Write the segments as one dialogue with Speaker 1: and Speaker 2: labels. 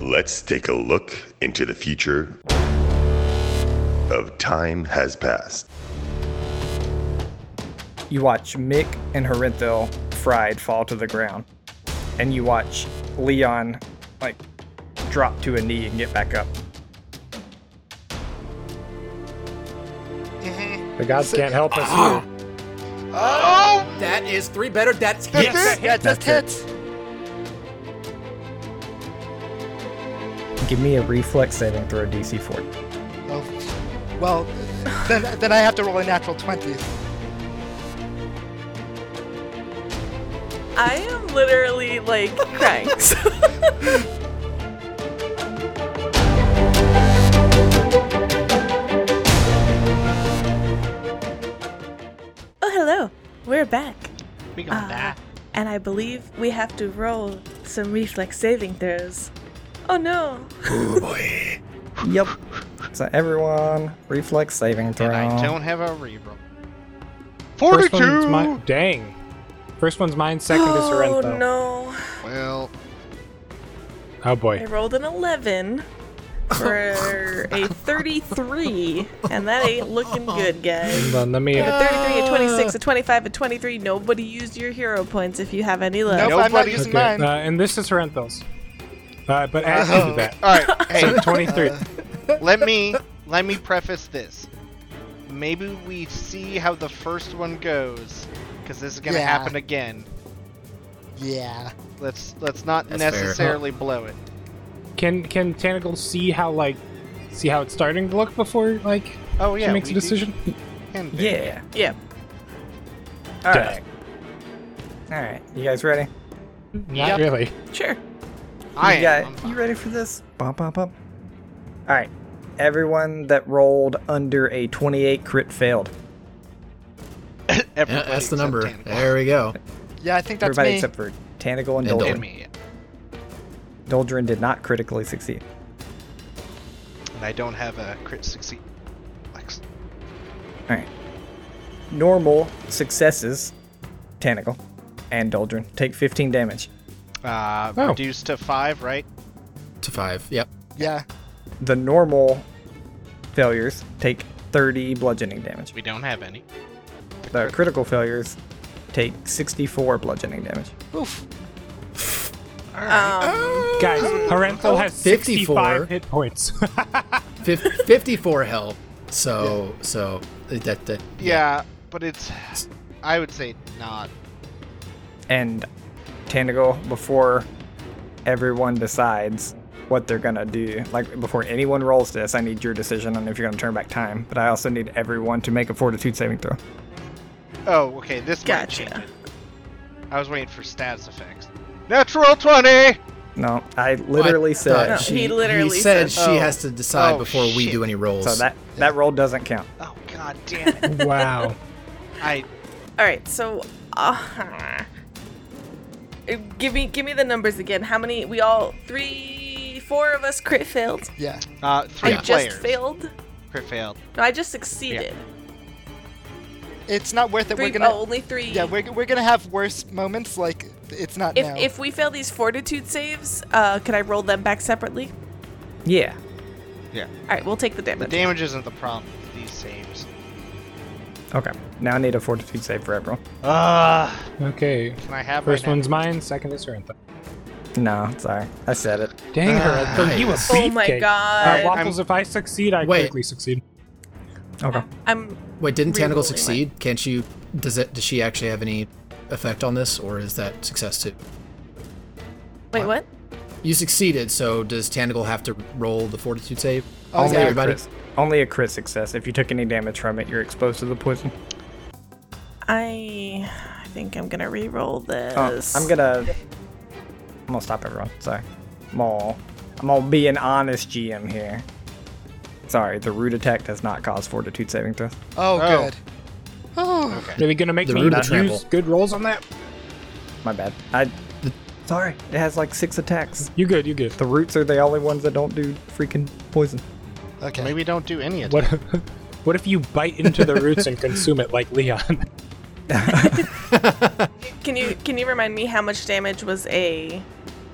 Speaker 1: Let's take a look into the future of Time Has Passed.
Speaker 2: You watch Mick and Horinthil fried fall to the ground, and you watch Leon like drop to a knee and get back up.
Speaker 3: The gods can't help us
Speaker 4: Ah!
Speaker 3: here.
Speaker 5: Oh!
Speaker 6: That is three better. That's
Speaker 5: That's
Speaker 6: hits.
Speaker 5: it?
Speaker 7: Yeah, just
Speaker 3: That's
Speaker 7: hits.
Speaker 2: Give me a reflex saving throw DC 4.
Speaker 7: Oh. Well, then, then I have to roll a natural 20.
Speaker 4: I am literally like crying. oh, hello. We're back.
Speaker 5: We got
Speaker 4: Ah.
Speaker 5: that.
Speaker 4: And I believe we have to roll some reflex saving throws. Oh no.
Speaker 2: Yep. So everyone, reflex saving throw.
Speaker 5: And I don't have a reroll.
Speaker 3: First
Speaker 5: Forty-two.
Speaker 3: one's mine. Dang. First one's mine. Second is
Speaker 4: oh
Speaker 3: Sorrento.
Speaker 4: no.
Speaker 5: Well,
Speaker 3: Oh
Speaker 4: I
Speaker 3: boy.
Speaker 4: rolled an 11 for a 33, and that ain't looking good, guys.
Speaker 3: Hold on, let me.
Speaker 4: A 33, a
Speaker 7: Ah.
Speaker 4: 26, a 25, a 23. Nobody used your hero points if you have any left.
Speaker 7: Nope, I'm not
Speaker 5: Nobody-
Speaker 7: using
Speaker 3: Okay,
Speaker 7: mine.
Speaker 3: Uh, and this is Sorrento's. Uh, but add two to that.
Speaker 5: all right. Oh, Hey,
Speaker 3: So 23.
Speaker 5: let me let me preface this. Maybe we see how the first one goes, because this is gonna
Speaker 7: Yeah.
Speaker 5: happen again.
Speaker 7: yeah.
Speaker 5: Let's let's not
Speaker 6: That's fair.
Speaker 5: necessarily blow it.
Speaker 3: Can can Tanagle see how like see how it's starting to look before like
Speaker 5: Oh yeah,
Speaker 3: she makes
Speaker 5: we
Speaker 3: a
Speaker 5: do
Speaker 3: decision?
Speaker 5: can do.
Speaker 2: Yeah.
Speaker 4: Yeah.
Speaker 2: Alright. Alright. You guys ready?
Speaker 3: Not really.
Speaker 4: Sure.
Speaker 5: I
Speaker 2: you,
Speaker 5: am.
Speaker 2: got-
Speaker 5: I'm fine.
Speaker 2: you ready for this? Bump, bump, bump. Alright. Everyone that rolled under a 28 crit failed.
Speaker 5: Everybody
Speaker 6: Yeah, that's the
Speaker 5: except
Speaker 6: number.
Speaker 5: Tanagra.
Speaker 6: There we go.
Speaker 7: Yeah, I think that's
Speaker 2: Everybody
Speaker 7: me.
Speaker 2: except for Tanagle and
Speaker 6: And
Speaker 5: And
Speaker 2: Doldrin.
Speaker 5: me, yeah.
Speaker 2: Doldrin did not critically succeed.
Speaker 5: and I don't have a crit succeed. Lex.
Speaker 2: Alright. Normal successes, Tanagle and Doldrin, take 15 damage.
Speaker 5: Uh,
Speaker 3: Oh.
Speaker 5: reduced to five, right?
Speaker 6: To five. Yep.
Speaker 7: Yeah.
Speaker 2: The normal failures take 30 bludgeoning damage.
Speaker 5: We don't have any.
Speaker 2: The critical failures take 64 bludgeoning damage.
Speaker 3: Guys, Parental has
Speaker 6: 54.
Speaker 3: 65 hit points.
Speaker 6: Fif- 54 health. So so that that
Speaker 5: Yeah, but it's. I would say not.
Speaker 2: And Tanagal, before everyone decides what they're gonna do, like before anyone rolls this, I need your decision on if you're gonna turn back time, but I also need everyone to make a fortitude saving throw.
Speaker 5: Oh, okay. This
Speaker 4: Gotcha.
Speaker 5: might change it. I was waiting for stats effects. Natural twenty.
Speaker 2: No, I literally
Speaker 6: I
Speaker 2: said.
Speaker 6: thought
Speaker 4: He literally
Speaker 6: said,
Speaker 4: said-
Speaker 6: she
Speaker 5: Oh.
Speaker 6: has to decide
Speaker 5: Oh,
Speaker 6: before we
Speaker 5: shit.
Speaker 6: do any rolls.
Speaker 2: So that, that roll doesn't count.
Speaker 5: Oh god damn it!
Speaker 3: wow.
Speaker 5: I
Speaker 4: All right. So, uh, give me give me the numbers again. How many? We all three, four of us crit failed.
Speaker 7: Yeah.
Speaker 5: uh three
Speaker 4: I
Speaker 5: players.
Speaker 4: just failed.
Speaker 5: Crit failed.
Speaker 4: No, I just succeeded.
Speaker 7: It's not worth it.
Speaker 4: Three.
Speaker 7: we're gonna.
Speaker 4: oh, only three.
Speaker 7: Yeah, we're, we're gonna have worse moments. Like it's not
Speaker 4: if
Speaker 7: now.
Speaker 4: if we fail these fortitude saves, uh, can I roll them back separately?
Speaker 2: Yeah.
Speaker 4: All right. We'll take the
Speaker 5: The
Speaker 4: damage.
Speaker 5: damage isn't the problem. it's These saves.
Speaker 2: Okay. Now I need a fortitude save for everyone.
Speaker 5: Ah.
Speaker 3: Okay.
Speaker 5: can I have
Speaker 3: First
Speaker 5: my
Speaker 3: one's mine, second is Sorrento.
Speaker 2: No, sorry. I said it.
Speaker 3: Dang, Sorrento, you a
Speaker 6: Nice.
Speaker 4: Oh my
Speaker 3: beefcake.
Speaker 4: God.
Speaker 3: Uh, Waffles, if I succeed, I
Speaker 6: Wait.
Speaker 3: critically succeed.
Speaker 2: Okay.
Speaker 4: I'm.
Speaker 6: Wait, didn't
Speaker 4: Rerolling
Speaker 6: Tanagle
Speaker 4: it.
Speaker 6: succeed? Can't you? Does it? Does she actually have any effect on this, or is that success too?
Speaker 4: Wait. What?
Speaker 6: You succeeded, so does Tanagle have to roll the Fortitude save?
Speaker 7: Oh,
Speaker 6: Is
Speaker 7: yeah.
Speaker 6: that
Speaker 2: a crit, only a crit success. If you took any damage from it, you're exposed to the poison.
Speaker 4: I. I think I'm gonna re-roll
Speaker 2: Oh,
Speaker 4: this.
Speaker 2: I'm gonna. I'm gonna stop everyone. Sorry. I'm all. I'm gonna be an honest GM here. Sorry, the root attack does not cause fortitude saving throw.
Speaker 7: oh,
Speaker 5: Oh.
Speaker 7: good. Oh.
Speaker 3: Are they gonna make
Speaker 6: The
Speaker 3: me
Speaker 6: root
Speaker 3: not
Speaker 6: of travel.
Speaker 3: use good rolls on that?
Speaker 2: My bad. I. Sorry, it has like six attacks.
Speaker 3: You good? You good?
Speaker 2: The roots are the only ones that don't do freaking poison.
Speaker 7: Okay.
Speaker 5: Maybe don't do any of
Speaker 3: What? What if you bite into the roots and consume it like Leon?
Speaker 4: Can you can you remind me how much damage was a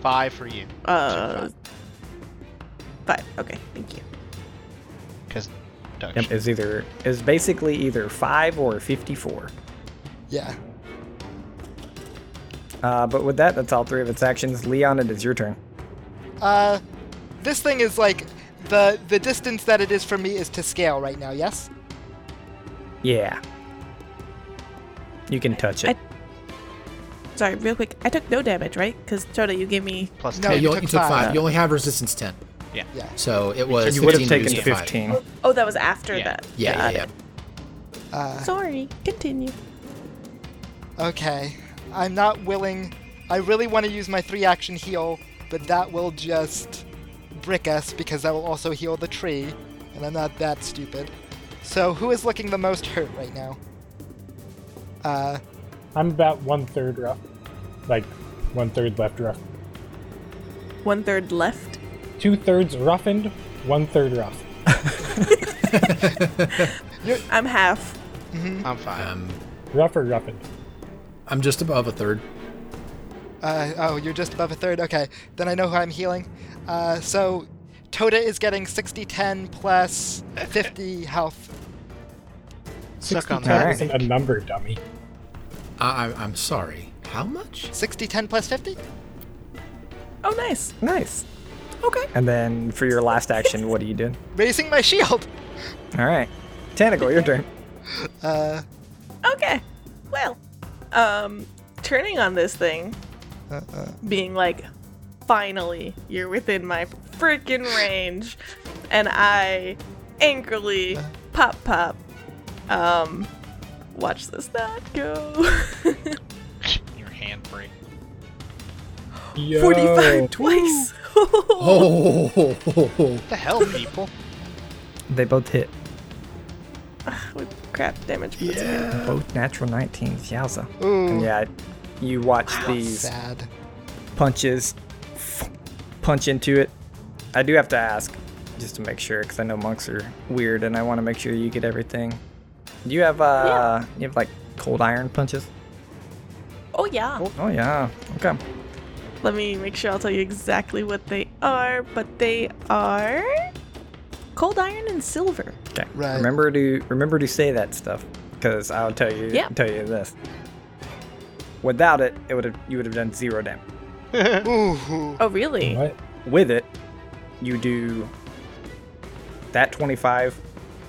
Speaker 5: Five for you.
Speaker 4: uh Five. Okay, thank you.
Speaker 5: Because Dutch.
Speaker 2: Yep, is either is basically either five or fifty-four.
Speaker 7: Yeah.
Speaker 2: Uh, but with that, that's all three of its actions. Leon, it is your turn.
Speaker 7: Uh, this thing is like the the distance that it is from me is to scale right now. Yes.
Speaker 2: Yeah. You can touch it.
Speaker 4: I- Sorry, real quick. I took no damage, right? Because Tota, you gave me.
Speaker 5: Plus
Speaker 7: No,
Speaker 6: Yeah,
Speaker 5: 10.
Speaker 6: you, you took five. You only have resistance ten.
Speaker 5: Yeah.
Speaker 7: Yeah.
Speaker 6: So it was.
Speaker 2: you would have
Speaker 6: 15
Speaker 2: taken
Speaker 6: reduced to five.
Speaker 2: 15.
Speaker 4: Oh, that was after
Speaker 5: Yeah.
Speaker 4: that.
Speaker 6: Yeah, yeah,
Speaker 4: Got
Speaker 6: yeah.
Speaker 7: Uh,
Speaker 4: it. Sorry. Continue.
Speaker 7: okay. I'm not willing. I really want to use my three action heal, but that will just brick us because that will also heal the tree, and I'm not that stupid. So who is looking the most hurt right now? Uh,
Speaker 3: I'm about one third rough, like one third left rough,
Speaker 4: One third left.
Speaker 3: two thirds roughened, one third rough.
Speaker 4: I'm half.
Speaker 5: I'm fine.
Speaker 6: Um,
Speaker 3: Rough or roughened?
Speaker 6: I'm just above a third.
Speaker 7: Uh, oh, you're just above a third. Okay, then I know who I'm healing. Uh, so, Toda is getting 60, 10 plus 50 health.
Speaker 5: Suck on
Speaker 3: 10
Speaker 5: that.
Speaker 2: Alright.
Speaker 3: isn't a number, dummy.
Speaker 6: I, I, I'm sorry. How much?
Speaker 7: 60, 10 plus 50?
Speaker 4: Oh, nice.
Speaker 2: Nice.
Speaker 4: Okay.
Speaker 2: And then for your last action, what do you do?
Speaker 7: Raising my shield!
Speaker 2: All right. Tentacle, your turn.
Speaker 7: Uh,
Speaker 4: Okay. Well, um, turning on this thing, being like, finally, you're within my freaking range, and I angrily pop pop. Um, watch this not go.
Speaker 5: Your hand break.
Speaker 3: Yo.
Speaker 4: 45 twice.
Speaker 6: Oh, ho, ho, ho.
Speaker 5: What the hell, people?
Speaker 2: They both hit.
Speaker 4: With crap damage. but it's okay.
Speaker 6: yeah.
Speaker 2: Both natural 19s. Yowza. And
Speaker 7: ooh.
Speaker 2: yeah, you watch these
Speaker 7: Sad.
Speaker 2: punches punch into it. I do have to ask just to make sure because I know monks are weird and I want to make sure you get everything. Do you have uh you have like cold iron punches?
Speaker 4: Oh, yeah.
Speaker 2: Oh yeah. Okay.
Speaker 4: Let me make sure I'll tell you exactly what they are, but they are cold iron and silver.
Speaker 2: Okay.
Speaker 7: Right.
Speaker 2: Remember to remember to say that stuff because I'll tell you
Speaker 4: Yeah.
Speaker 2: tell you this. Without it, it would have you would have done zero damage.
Speaker 7: Ooh.
Speaker 4: Oh, really?
Speaker 3: What?
Speaker 2: With it, you do that 25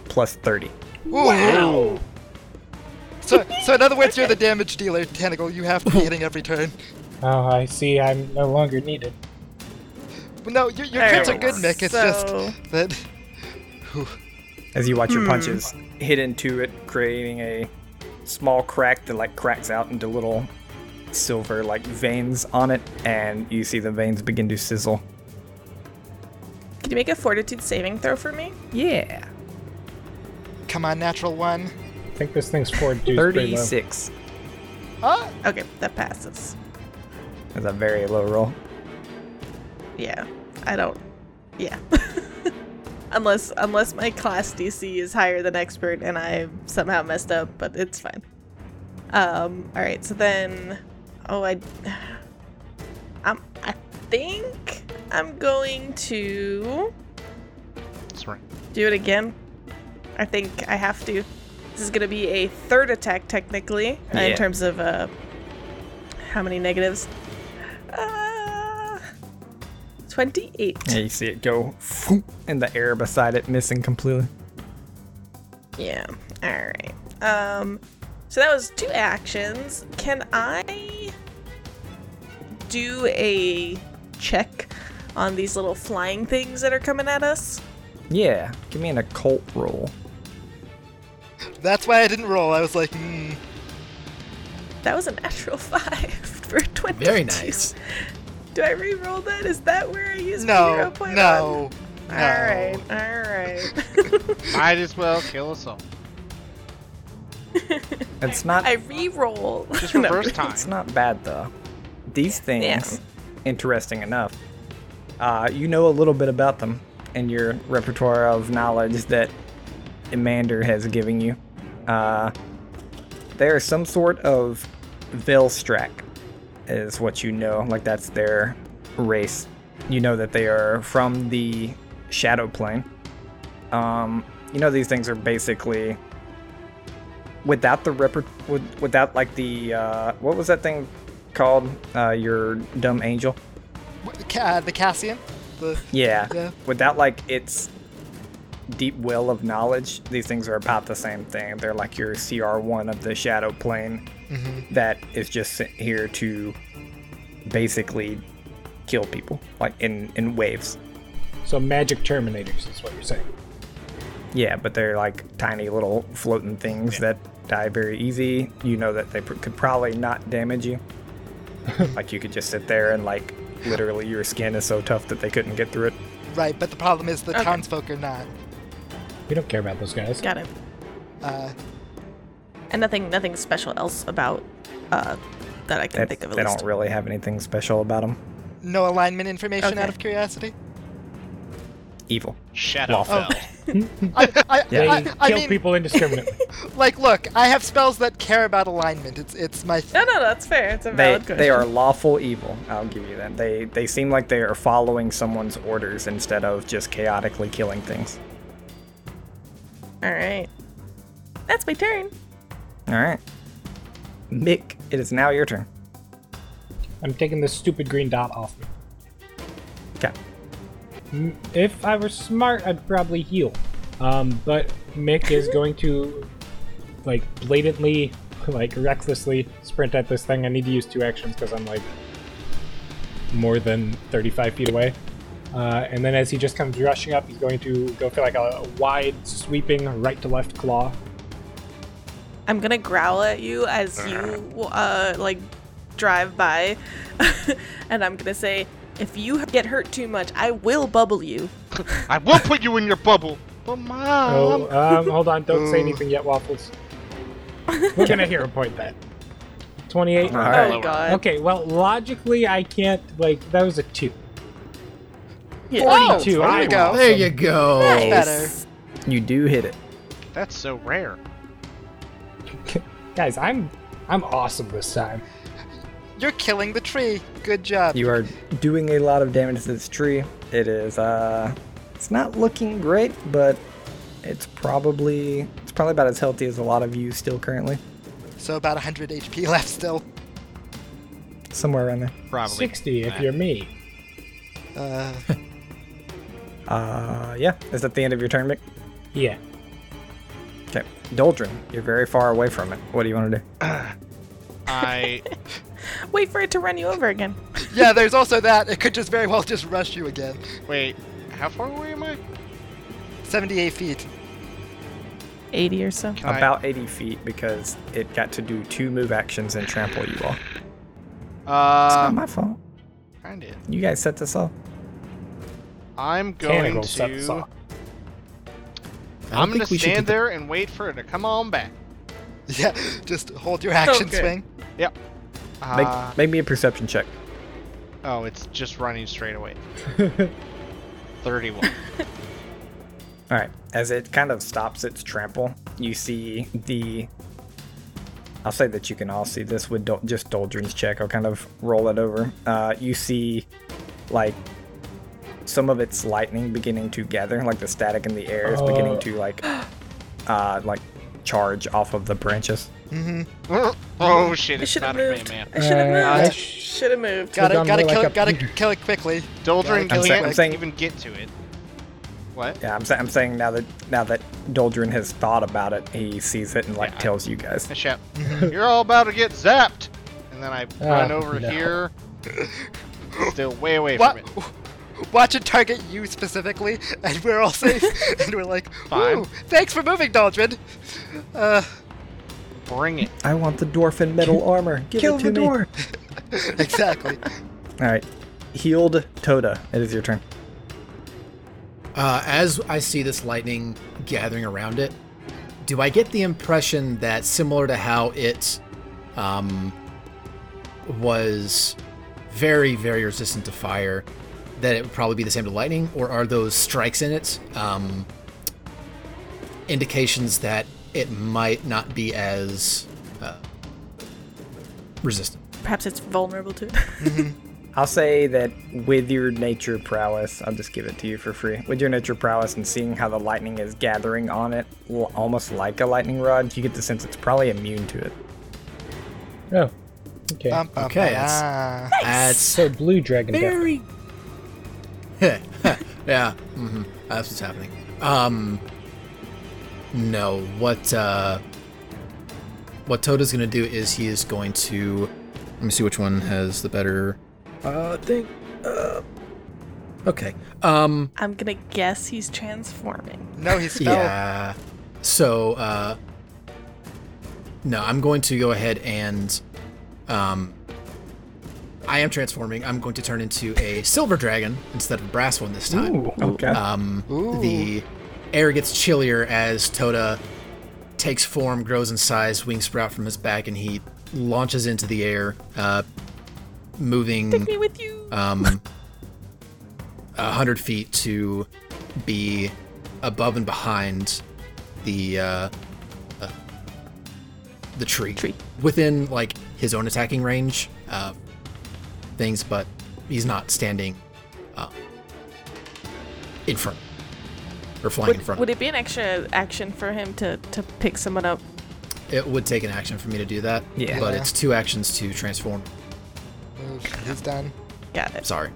Speaker 2: plus 30.
Speaker 7: Wow! So, so in other words, you're the damage dealer, Tentacle. You have to be hitting every turn.
Speaker 3: Oh, I see. I'm no longer needed.
Speaker 7: No, your, your
Speaker 4: There
Speaker 7: crits
Speaker 4: we
Speaker 7: are good,
Speaker 4: go.
Speaker 7: Nick. It's
Speaker 4: So-
Speaker 7: just that.
Speaker 2: as you watch your punches hit into it, creating a small crack that like cracks out into little silver like veins on it, and you see the veins begin to sizzle.
Speaker 4: Can you make a fortitude saving throw for me?
Speaker 2: Yeah,
Speaker 7: Come on, natural one.
Speaker 3: I think this thing's four dudes. pretty low.
Speaker 2: thirty-six
Speaker 7: Oh,
Speaker 4: Okay, that passes.
Speaker 2: is a very low roll.
Speaker 4: Yeah. I don't Yeah. unless unless my class DC is higher than expert and I somehow messed up, but it's fine. Um all right, so then oh I I'm I think I'm going to
Speaker 5: Sorry.
Speaker 4: do it again. I think I have to. This is going to be a third attack, technically, uh,
Speaker 2: Yeah.
Speaker 4: in terms of uh, how many negatives. Uh, 28.
Speaker 2: Yeah, you see it go phoom in the air beside it, missing completely.
Speaker 4: Yeah. All right. Um, so that was two actions. Can I do a check on these little flying things that are coming at us?
Speaker 2: Yeah, give me an occult roll.
Speaker 7: that's why I didn't roll. I was like, hmm.
Speaker 4: That was a natural five for 20.
Speaker 6: Very nice.
Speaker 4: Do I re-roll that? Is that where I use my
Speaker 7: No,
Speaker 4: 0.1?
Speaker 7: no, no.
Speaker 4: All right, all right.
Speaker 5: Might as well kill us all.
Speaker 2: It's not
Speaker 4: I re-roll.
Speaker 5: Just
Speaker 4: No.
Speaker 5: reverse time.
Speaker 2: It's not bad though. These things, interesting enough, uh, you know a little bit about them in your repertoire of knowledge that Amander has given you. Uh, they are some sort of Velstrak, is what you know. Like that's their race. You know that they are from the shadow plane. Um, you know these things are basically without the ripper with, without like the uh, what was that thing called? Uh, your dumb angel.
Speaker 7: Wh- ca- uh, the Cassian. The,
Speaker 2: Yeah.
Speaker 7: Yeah.
Speaker 2: Without like its deep well of knowledge, these things are about the same thing. They're like your CR1 of the shadow plane that is just sent here to basically kill people, like in in waves.
Speaker 3: So magic terminators is what you're saying.
Speaker 2: Yeah, but they're like tiny little floating things that die very easy. You know that they pr- could probably not damage you. like you could just sit there and like literally your skin is so tough that they couldn't get through it.
Speaker 7: Right, but the problem is the
Speaker 4: Okay.
Speaker 7: townsfolk are not.
Speaker 3: We don't care about those guys.
Speaker 4: Got it.
Speaker 7: Uh,
Speaker 4: And nothing, nothing special else about uh, that I can
Speaker 2: They,
Speaker 4: think of. At
Speaker 2: they
Speaker 4: least.
Speaker 2: don't really have anything special about them.
Speaker 7: no alignment information
Speaker 4: Okay.
Speaker 7: out of curiosity.
Speaker 2: Evil.
Speaker 8: Shadowfell.
Speaker 7: I, I,
Speaker 3: They
Speaker 7: I, I
Speaker 3: kill
Speaker 7: mean,
Speaker 3: people indiscriminately.
Speaker 7: like, look, I have spells that care about alignment. It's it's my
Speaker 4: No, no, that's fair. It's a
Speaker 2: They
Speaker 4: valid question.
Speaker 2: they are lawful evil. I'll give you that. They they seem like they are following someone's orders instead of just chaotically killing things.
Speaker 4: All right. That's my turn.
Speaker 2: All right, Mick, it is now your turn.
Speaker 3: I'm taking this stupid green dot off me.
Speaker 2: Okay.
Speaker 3: M- If I were smart, I'd probably heal. Um, but Mick is going to, like, blatantly, like, recklessly sprint at this thing. I need to use two actions because I'm, like, more than 35 feet away. Uh, and then as he just comes rushing up, he's going to go for, like, a, a wide, sweeping right to left claw.
Speaker 4: I'm gonna growl at you as you uh, like drive by, and I'm gonna say, if you get hurt too much, I will bubble you.
Speaker 5: I will put you in your bubble. But mom,
Speaker 3: Oh, um, hold on. Don't say anything yet, Waffles. We're going to hero point that.
Speaker 2: All
Speaker 3: 28.
Speaker 4: oh
Speaker 2: right.
Speaker 4: God.
Speaker 3: Okay, well, logically, I can't, like, that was a two.
Speaker 4: Yeah.
Speaker 7: Oh,
Speaker 3: 42.
Speaker 7: there
Speaker 3: I
Speaker 7: you go.
Speaker 3: won.
Speaker 6: There you go.
Speaker 7: better.
Speaker 2: You do hit it.
Speaker 5: that's so rare.
Speaker 3: Guys, I'm I'm awesome this time.
Speaker 7: You're killing the tree. Good job.
Speaker 2: You are doing a lot of damage to this tree. It is uh it's not looking great, but it's probably it's probably about as healthy as a lot of you still currently.
Speaker 7: so about 100 HP left still.
Speaker 2: Somewhere around there.
Speaker 8: Probably.
Speaker 3: 60 if you're me.
Speaker 7: Uh,
Speaker 2: Uh yeah. Is that the end of your turn, Mick?
Speaker 3: Yeah.
Speaker 2: Okay. Doldrin, you're very far away from it. What do you want to do?
Speaker 8: I
Speaker 4: Wait for it to run you over again.
Speaker 7: yeah, there's also that. It could just very well just rush you again.
Speaker 5: Wait, how far away am I?
Speaker 7: 78 feet.
Speaker 4: 80 or so.
Speaker 5: Can I-
Speaker 2: About 80 feet because it got to do two move actions and trample you all. It's not
Speaker 8: Um,
Speaker 5: Uh,
Speaker 2: my fault.
Speaker 5: kind of.
Speaker 2: You guys set this up.
Speaker 5: I'm going
Speaker 3: Tentacle set this
Speaker 5: to.
Speaker 3: off.
Speaker 6: I don't
Speaker 5: I'm gonna
Speaker 6: think we should
Speaker 5: stand
Speaker 6: do
Speaker 5: there and wait for it to come on back.
Speaker 7: Yeah, just hold your action
Speaker 4: Okay.
Speaker 7: swing.
Speaker 2: Make,
Speaker 5: Uh,
Speaker 2: make me a perception check.
Speaker 5: oh, it's just running straight away. Thirty-one.
Speaker 2: All right. As it kind of stops its trample, you see the. I'll say that you can all see this with Dol- just Doldrin's check. I'll kind of roll it over. Uh, you see, like, some of its lightning beginning to gather, like the static in the air is beginning
Speaker 3: Oh.
Speaker 2: to like, uh, like, charge off of the branches.
Speaker 5: oh shit!
Speaker 4: I
Speaker 5: It's
Speaker 4: should
Speaker 5: not
Speaker 4: have
Speaker 5: a Rain
Speaker 4: moved.
Speaker 5: man.
Speaker 4: I should have
Speaker 3: Uh, I
Speaker 4: moved.
Speaker 3: sh-
Speaker 4: should have moved.
Speaker 7: Gotta,
Speaker 3: done
Speaker 7: gotta,
Speaker 3: more
Speaker 7: kill,
Speaker 3: like a-
Speaker 7: gotta kill it quickly.
Speaker 5: Doldrin
Speaker 7: I'm
Speaker 5: can't
Speaker 2: saying- I'm saying-
Speaker 5: even get to it. What?
Speaker 2: Yeah, I'm, sa- I'm saying now that now that Doldrin has thought about it, he sees it and like
Speaker 5: Yeah.
Speaker 2: tells you guys.
Speaker 5: I shout, "You're all about to get zapped!" And then I run over
Speaker 3: no.
Speaker 5: here, still way away
Speaker 7: Wa-
Speaker 5: from it.
Speaker 7: Watch it target you specifically, and we're all safe. and we're like,
Speaker 5: Fine.
Speaker 7: ooh, thanks for moving, Doldrin. Uh,
Speaker 5: Bring it.
Speaker 2: I want the dwarf in metal armor. Give
Speaker 3: Kill
Speaker 2: it to
Speaker 3: the
Speaker 2: me.
Speaker 3: dwarf.
Speaker 7: exactly.
Speaker 2: All right, healed Toda. It is your turn.
Speaker 6: Uh, as I see this lightning gathering around it, do I get the impression that similar to how it um, was very, very resistant to fire, that it would probably be the same to lightning? Or are those strikes in it um, indications that it might not be as uh, resistant?
Speaker 4: Perhaps it's vulnerable to it.
Speaker 2: I'll say that with your nature prowess, I'll just give it to you for free. With your nature prowess and seeing how the lightning is gathering on it, l- almost like a lightning rod, you get the sense it's probably immune to it.
Speaker 3: Oh, okay.
Speaker 2: Um,
Speaker 7: Bum, bum,
Speaker 6: Okay,
Speaker 7: ba-
Speaker 6: that's-
Speaker 7: ah.
Speaker 6: That's
Speaker 3: so blue dragon. definitely.
Speaker 6: very. yeah, hmm that's what's happening. Um, no, what uh, what Toda's gonna do is he is going to. Let me see which one has the better uh thing. Uh, okay. Um,
Speaker 4: I'm gonna guess he's transforming.
Speaker 7: No, he spelled.
Speaker 6: Yeah. So, uh, no, I'm going to go ahead and, um, I am transforming. I'm going to turn into a silver dragon instead of a brass one this time.
Speaker 2: okay.
Speaker 6: Um,
Speaker 7: Ooh.
Speaker 6: the air gets chillier as Toda takes form, grows in size, wings sprout from his back, and he launches into the air, uh, moving
Speaker 4: Me with you.
Speaker 6: um, a hundred feet to be above and behind the uh, uh, the tree.
Speaker 4: Tree.
Speaker 6: within like his own attacking range uh, things, but he's not standing uh, in front or flying in
Speaker 4: Would,
Speaker 6: front.
Speaker 4: would it be an extra action for him to to pick someone up?
Speaker 6: it would take an action for me to do that,
Speaker 2: Yeah.
Speaker 6: but
Speaker 7: Yeah.
Speaker 6: it's two actions to transform.
Speaker 7: Oof, he's done.
Speaker 4: Got it.
Speaker 6: Sorry.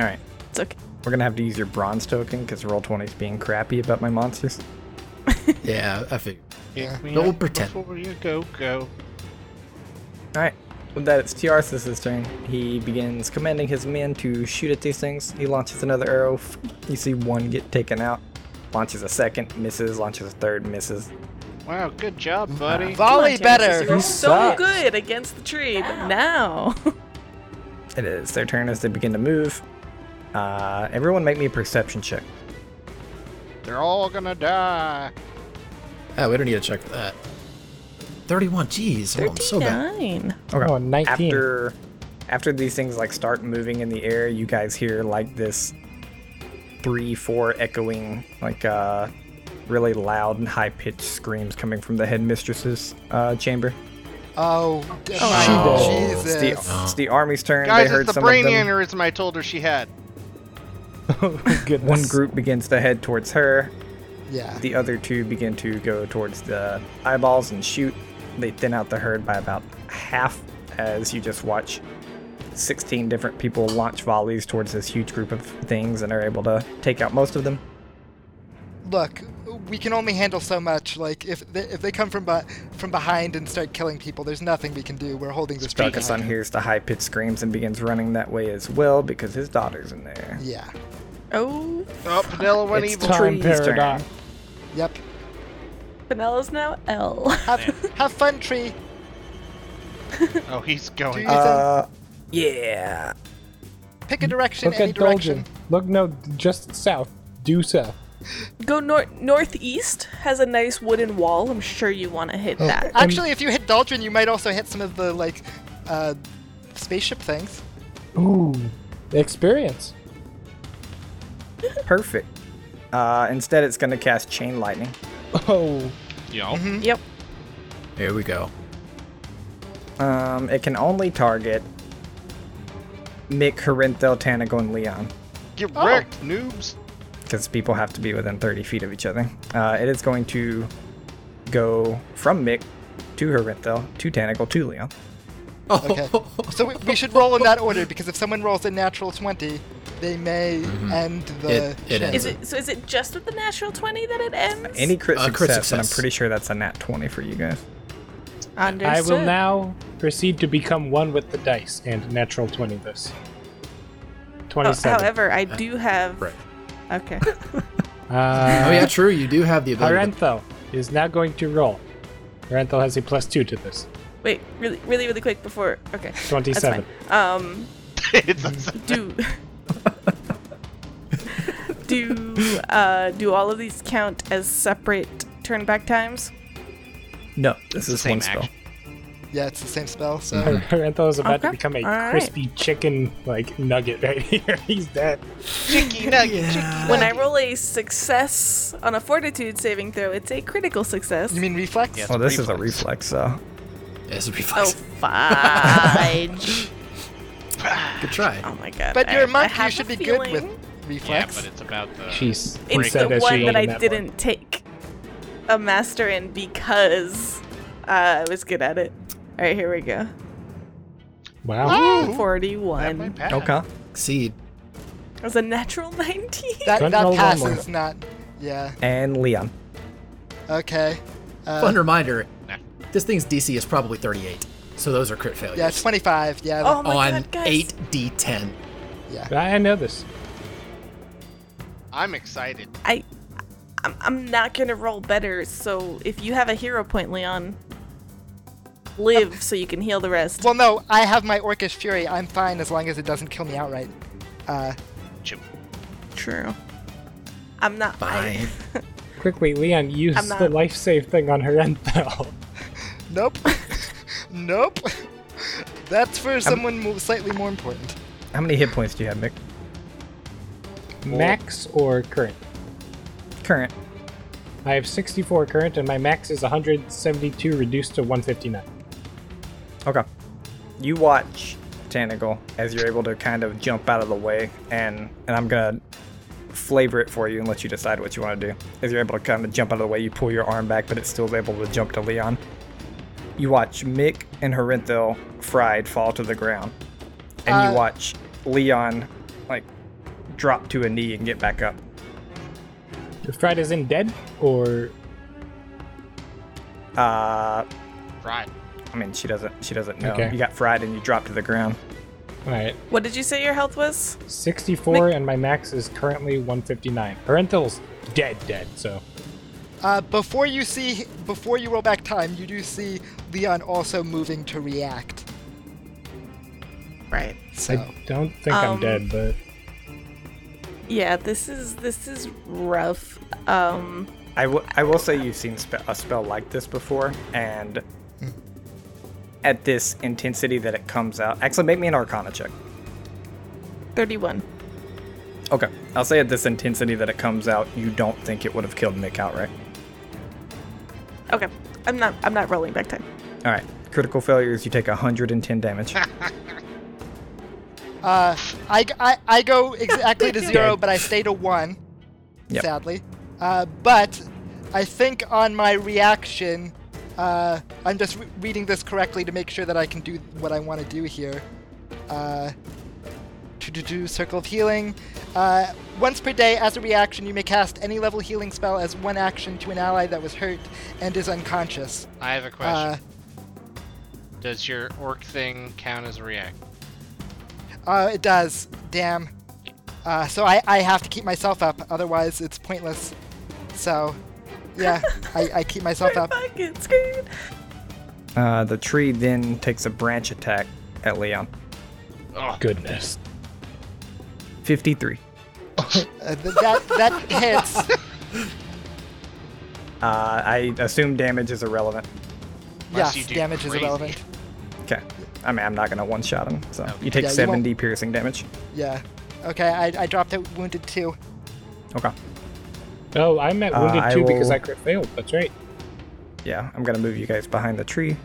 Speaker 2: All right.
Speaker 4: It's okay.
Speaker 2: We're gonna have to use your bronze token because roll twenty is being crappy about my monsters.
Speaker 6: Yeah, I figured.
Speaker 7: Yeah.
Speaker 5: Pick me
Speaker 6: Don't
Speaker 5: up
Speaker 6: pretend.
Speaker 5: Before you go, go.
Speaker 2: All right. With that, it's Tiarsis' turn. He begins commanding his men to shoot at these things. He launches another arrow. You see one get taken out. Launches a second, misses. Launches a third, misses.
Speaker 5: Wow, good job, buddy.
Speaker 4: Come on,
Speaker 7: Volley
Speaker 4: Terrence,
Speaker 7: better.
Speaker 4: You were
Speaker 2: He
Speaker 4: so
Speaker 2: sucks.
Speaker 4: good against the tree, but now
Speaker 2: It is their turn as they begin to move. Uh, everyone, make me a perception check.
Speaker 5: They're all gonna die.
Speaker 6: Oh, we don't need to check for that. 31, jeez. Oh, I'm so bad.
Speaker 4: nine.
Speaker 3: Oh, 19.
Speaker 2: After, after these things like start moving in the air, you guys hear like this three, four echoing, like uh, really loud and high pitched screams coming from the headmistress's uh, chamber.
Speaker 7: Oh, d-
Speaker 3: Oh.
Speaker 7: my
Speaker 2: It's the,
Speaker 7: Jesus.
Speaker 2: it's the army's turn.
Speaker 5: Guys,
Speaker 2: they heard
Speaker 5: it's the
Speaker 2: some
Speaker 5: brain
Speaker 2: of them.
Speaker 5: aneurysm I told her she had.
Speaker 3: Oh, goodness.
Speaker 2: One group begins to head towards her.
Speaker 7: Yeah.
Speaker 2: The other two begin to go towards the eyeballs and shoot. They thin out the herd by about half as you just watch 16 different people launch volleys towards this huge group of things and are able to take out most of them.
Speaker 7: Look, we can only handle so much. Like, if they, if they come from be- from behind and start killing people, there's nothing we can do. We're holding this tree
Speaker 2: Dracosun
Speaker 7: down.
Speaker 2: hears the high pitched screams and begins running that way as well because his daughter's in there.
Speaker 7: Yeah.
Speaker 4: Oh,
Speaker 5: Oh, Padilla went
Speaker 2: It's
Speaker 5: evil.
Speaker 2: the
Speaker 3: time
Speaker 2: tree's turn.
Speaker 3: paradox.
Speaker 7: Yep.
Speaker 4: Fenella's now L.
Speaker 7: Have have fun, tree.
Speaker 5: Oh, he's going.
Speaker 7: Uh,
Speaker 2: Uh, yeah.
Speaker 7: Pick a direction,
Speaker 3: Look
Speaker 7: any
Speaker 3: at
Speaker 7: direction.
Speaker 3: Dolgen. Look, no, just south. Do south.
Speaker 4: Go north. Northeast has a nice wooden wall. I'm sure you want to hit that.
Speaker 7: Actually, if you hit Doldrin, you might also hit some of the like uh, spaceship things.
Speaker 3: Ooh. Experience.
Speaker 2: Perfect. Uh, instead, it's going to cast Chain Lightning.
Speaker 3: Oh.
Speaker 8: Yo.
Speaker 4: Yep.
Speaker 6: Here we go.
Speaker 2: Um, it can only target Mick, Corinthel, Tanago, and Leon.
Speaker 5: Get wrecked, noobs.
Speaker 2: because people have to be within 30 feet of each other. Uh, it is going to go from Mick to Herinthel to Tanacle to Leon.
Speaker 7: Okay.
Speaker 6: Oh,
Speaker 7: so we, we should roll in that order because if someone rolls a natural twenty, they may end the.
Speaker 6: Mm-hmm. It- it
Speaker 7: chain.
Speaker 6: ends
Speaker 4: Is it so? Is it just with the natural twenty that it ends?
Speaker 2: Any crit,
Speaker 6: Uh,
Speaker 2: success,
Speaker 6: crit
Speaker 2: and I'm
Speaker 6: success.
Speaker 2: pretty sure that's a nat 20 for you guys.
Speaker 4: Understood.
Speaker 3: I will now proceed to become one with the dice and natural 20 this.
Speaker 4: Oh,
Speaker 3: 27.
Speaker 4: however, I do have.
Speaker 6: Right.
Speaker 4: Okay.
Speaker 6: Oh
Speaker 3: Uh,
Speaker 6: yeah, true. You do have the ability. to-
Speaker 3: Arentho is now going to roll. Arentho has a plus two to this.
Speaker 4: Wait. Really, really, really quick before. Okay. that's fine.
Speaker 3: 27.
Speaker 4: Um.
Speaker 5: it's a,
Speaker 4: Do. do uh do all of these count as separate turn back times?
Speaker 2: No, this is
Speaker 8: same
Speaker 2: one spell.
Speaker 8: action.
Speaker 7: Yeah, it's the same spell. So
Speaker 6: Mm-hmm.
Speaker 3: Arentho is about to
Speaker 4: Okay.
Speaker 3: become a
Speaker 4: All right.
Speaker 3: crispy chicken like nugget right here. He's dead.
Speaker 5: chicky nugget, chicky
Speaker 4: When I
Speaker 5: nugget.
Speaker 4: roll a success on a fortitude saving throw, it's a critical success.
Speaker 7: you mean reflex?
Speaker 8: Yes.
Speaker 2: Well, Oh, this uh, is a reflex, so.
Speaker 6: This would be
Speaker 4: oh,
Speaker 6: fine.
Speaker 4: fudge.
Speaker 6: Good try.
Speaker 4: Oh my god.
Speaker 7: But
Speaker 4: I-
Speaker 7: you're a
Speaker 4: I
Speaker 7: monk, you
Speaker 4: have
Speaker 7: should be
Speaker 4: a
Speaker 7: good
Speaker 4: feeling
Speaker 7: with
Speaker 8: Yeah,
Speaker 7: reflex.
Speaker 8: but it's about the.
Speaker 3: She's
Speaker 8: Break
Speaker 4: It's
Speaker 8: said
Speaker 4: the
Speaker 3: that she
Speaker 4: one that
Speaker 3: ain't
Speaker 4: I
Speaker 3: in that
Speaker 4: didn't take a master in because uh, I was good at it. All right, here we go.
Speaker 3: Wow.
Speaker 5: That might
Speaker 4: 41.
Speaker 5: pass.
Speaker 2: Okay.
Speaker 6: Seed.
Speaker 4: It was a natural 19.
Speaker 7: that
Speaker 3: Don't
Speaker 7: that
Speaker 3: roll one
Speaker 7: passes, not. Yeah.
Speaker 2: And Leon.
Speaker 7: Okay. Uh,
Speaker 6: Fun reminder.
Speaker 8: Nah.
Speaker 6: This thing's DC is probably 38, so those are crit failures.
Speaker 7: Yeah, 25. Yeah.
Speaker 4: Oh my
Speaker 6: on
Speaker 4: god, guys.
Speaker 6: 8d10.
Speaker 3: I know this.
Speaker 5: I'm excited.
Speaker 4: I, I'm, I'm not gonna roll better. So if you have a hero point, Leon, live so you can heal the rest.
Speaker 7: Well, no, I have my Orcish Fury. I'm fine as long as it doesn't kill me outright. Uh,
Speaker 8: Chip.
Speaker 4: True. I'm not. I,
Speaker 3: Quickly, Leon, use
Speaker 4: I'm not-
Speaker 3: the life save thing on her end, though.
Speaker 7: nope. nope. That's for someone mo- slightly more important.
Speaker 2: How many hit points do you have, Mick?
Speaker 3: Max or current?
Speaker 2: Current.
Speaker 3: I have 64 current, and my max is 172 reduced to 159.
Speaker 2: Okay. You watch Tanagle as you're able to kind of jump out of the way, and and I'm gonna flavor it for you and let you decide what you want to do. As you're able to kind of jump out of the way, you pull your arm back, but it's still able to jump to Leon. You watch Mick and Horinthil fried fall to the ground, and
Speaker 7: Uh,
Speaker 2: you watch Leon like drop to a knee and get back up.
Speaker 3: Fried is in dead, or
Speaker 2: Uh,
Speaker 8: Right.
Speaker 2: I mean, she doesn't she doesn't know.
Speaker 3: Okay.
Speaker 2: You got fried and you dropped to the ground.
Speaker 3: all right,
Speaker 4: what did you say your health was?
Speaker 3: 64, and my max is currently 159. Parenthal's dead, dead. So
Speaker 7: Uh, before you see, before you roll back time, you do see Leon also moving to react.
Speaker 4: Right.
Speaker 7: So
Speaker 3: I don't think
Speaker 4: Um,
Speaker 3: I'm dead, but
Speaker 4: Yeah. This is this is rough. Um.
Speaker 2: I wi- I will say you've seen spe- a spell like this before, and at this intensity that it comes out. Actually, make me an Arcana check.
Speaker 4: 31.
Speaker 2: Okay. I'll say at this intensity that it comes out, you don't think it would have killed Mick outright.
Speaker 4: Okay. I'm not. I'm not rolling back time.
Speaker 2: All right. Critical failures, you take 110 damage.
Speaker 7: uh, I, I, I go exactly to zero, but I stay to one,
Speaker 2: Yep.
Speaker 7: sadly. Uh, but I think on my reaction, uh, I'm just re- reading this correctly to make sure that I can do what I want to do here. Uh, to do- do circle of healing. Uh, once per day, as a reaction, you may cast any level healing spell as one action to an ally that was hurt and is unconscious.
Speaker 8: I have a question.
Speaker 7: Uh,
Speaker 8: Does your orc thing count as a react?
Speaker 7: Uh, it does. Damn. Uh, so I, I have to keep myself up, otherwise it's pointless. So, yeah, I, I keep myself up.
Speaker 4: Fucking screaming.
Speaker 2: Uh, the tree then takes a branch attack at Leon.
Speaker 3: goodness.
Speaker 2: 53.
Speaker 7: Uh, th- that that hits.
Speaker 2: Uh, I assume damage is irrelevant.
Speaker 8: Unless you
Speaker 7: yes,
Speaker 8: do
Speaker 7: damage is
Speaker 8: crazy.
Speaker 7: irrelevant.
Speaker 2: Okay. I mean, I'm not going to one shot him. So you take
Speaker 7: Yeah, you
Speaker 2: 70 piercing damage.
Speaker 7: Yeah. Okay, I, I dropped out wounded too.
Speaker 2: Okay.
Speaker 3: Oh, I'm at
Speaker 2: Uh,
Speaker 3: wounded
Speaker 2: I
Speaker 3: too because
Speaker 2: will-
Speaker 3: I crit failed. That's right.
Speaker 2: Yeah. I'm going to move you guys behind the tree.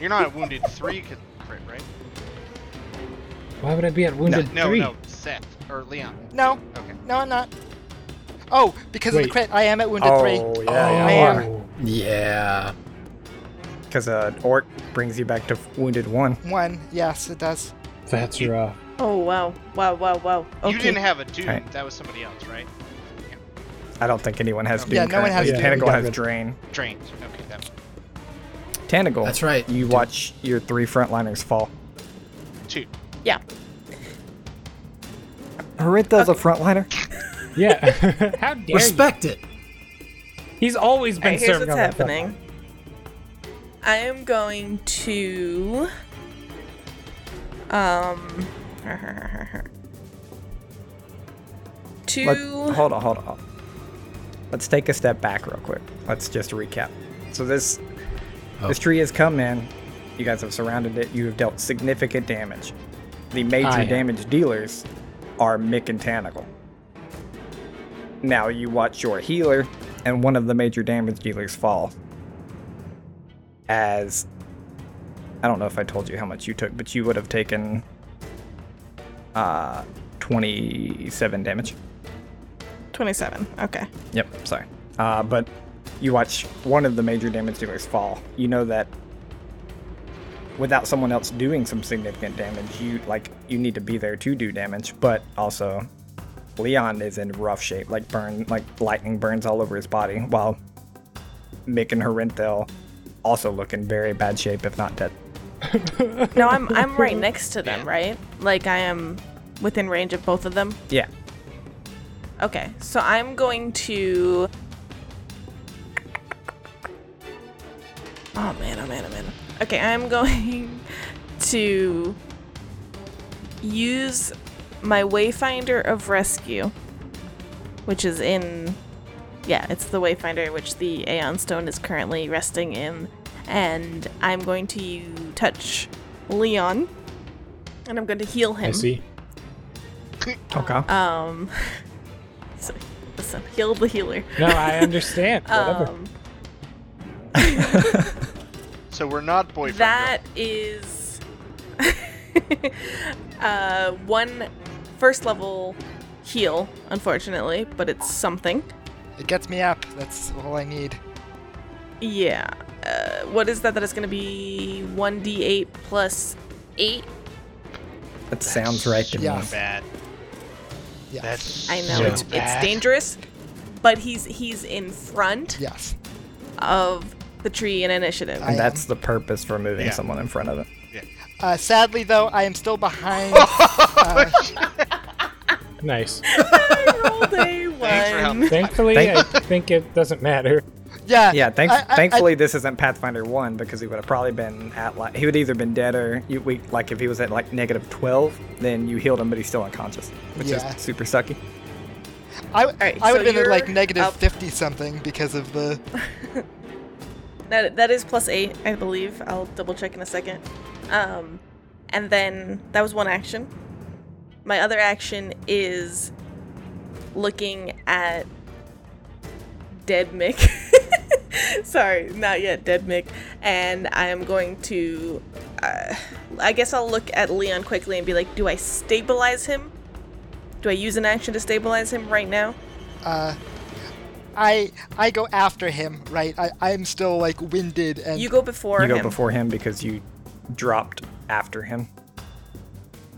Speaker 5: You're not at wounded three, 'cause- crit, right?
Speaker 3: Why would I be at
Speaker 8: No,
Speaker 3: wounded
Speaker 8: no,
Speaker 3: three?
Speaker 8: no. Seth or Leon.
Speaker 7: No,
Speaker 8: Okay.
Speaker 7: no, I'm not. Oh, because of the
Speaker 3: Wait.
Speaker 7: crit, I am at wounded three.
Speaker 2: Oh, yeah,
Speaker 7: I
Speaker 2: yeah.
Speaker 7: am
Speaker 6: Yeah.
Speaker 2: Because uh, orc brings you back to wounded one.
Speaker 7: one. Yes, it does.
Speaker 3: That's rough.
Speaker 4: Oh wow. Wow. Wow. Wow. Okay.
Speaker 5: You didn't have a doom.
Speaker 2: Alright.
Speaker 5: That was somebody else, right?
Speaker 2: I don't think anyone has doom.
Speaker 7: Yeah, no one has
Speaker 2: currently.
Speaker 7: doom.
Speaker 2: Tanagle
Speaker 3: Yeah.
Speaker 2: has drain.
Speaker 5: Drained. Okay, that
Speaker 2: Tanagle.
Speaker 6: That's right.
Speaker 2: You watch your three frontliners fall.
Speaker 5: two.
Speaker 4: yeah.
Speaker 2: Harintha's a frontliner.
Speaker 3: Yeah. How dare
Speaker 6: Respect it.
Speaker 3: you? He's always been
Speaker 4: Alright, here's
Speaker 3: serving
Speaker 4: what's
Speaker 3: on that front
Speaker 4: happening. I am going to um to
Speaker 2: Let- hold on, hold on. Let's take a step back real quick. Let's just recap. So this this tree has come in. You guys have surrounded it. You have dealt significant damage. The major
Speaker 3: I have.
Speaker 2: damage dealers are Mick and Tanagle. Now you watch your healer and one of the major damage dealers fall. As I don't know if I told you how much you took, but you would have taken uh 27 damage.
Speaker 4: 27. Okay.
Speaker 2: Yep, sorry. Uh, but you watch one of the major damage dealers fall. You know that without someone else doing some significant damage, you like you need to be there to do damage. But also, Leon is in rough shape. Like burn, like lightning burns all over his body. While Mick and Horinthel also look in very bad shape, if not dead.
Speaker 4: No, I'm I'm right next to them, right? Like I am within range of both of them.
Speaker 2: Yeah.
Speaker 4: Okay, so I'm going to. Oh man, oh man, oh man. Okay, I'm going to use my Wayfinder of Rescue, which is in. Yeah, it's the Wayfinder which the Aeon Stone is currently resting in. And I'm going to touch Leon, and I'm going to heal him.
Speaker 3: I see.
Speaker 2: Okay.
Speaker 4: Um, so, listen, heal the healer.
Speaker 3: No, I understand. Whatever.
Speaker 4: Um,
Speaker 5: So we're not boyfriend.
Speaker 4: that is uh, one first level heal, unfortunately, but it's something.
Speaker 7: It gets me up. That's all I need.
Speaker 4: Yeah. Uh, what is that? That is going to be 1d8 plus 8.
Speaker 2: That sounds right to
Speaker 7: Yeah.
Speaker 2: me.
Speaker 8: Bad.
Speaker 7: Yes.
Speaker 8: That's
Speaker 4: I know
Speaker 8: so
Speaker 4: it's, it's
Speaker 8: bad.
Speaker 4: dangerous, but he's he's in front
Speaker 7: Yes.
Speaker 4: of the tree in initiative.
Speaker 7: I am.
Speaker 2: And that's the purpose for moving
Speaker 8: Yeah.
Speaker 2: someone in front of it.
Speaker 7: Uh, sadly, though, I am still behind. uh,
Speaker 3: Nice.
Speaker 4: Rolled a
Speaker 8: Thanks for
Speaker 4: one.
Speaker 8: helping.
Speaker 3: Thankfully,
Speaker 2: Thank-
Speaker 3: I think it doesn't matter.
Speaker 7: yeah.
Speaker 2: Yeah, thanks,
Speaker 7: I- I- I-
Speaker 2: thankfully this isn't Pathfinder One because he would have probably been at like he would either been dead or you, we like if he was at like negative twelve, then you healed him, but he's still unconscious, which
Speaker 7: Yeah.
Speaker 2: is super sucky.
Speaker 7: I,
Speaker 4: right,
Speaker 7: I would
Speaker 4: so
Speaker 7: have been at like
Speaker 4: you're
Speaker 7: negative
Speaker 4: up.
Speaker 7: 50 something because of the.
Speaker 4: That, that is plus eight, I believe. I'll double check in a second. Um, and then that was one action. My other action is looking at dead Mick. Sorry, not yet dead Mick. And I am going to. Uh, I guess I'll look at Leon quickly and be like, do I stabilize him? Do I use an action to stabilize him right now?
Speaker 7: Uh, I I go after him, right? I, I'm still like winded and.
Speaker 4: You go before
Speaker 2: you
Speaker 4: him.
Speaker 2: go before him because you dropped after him.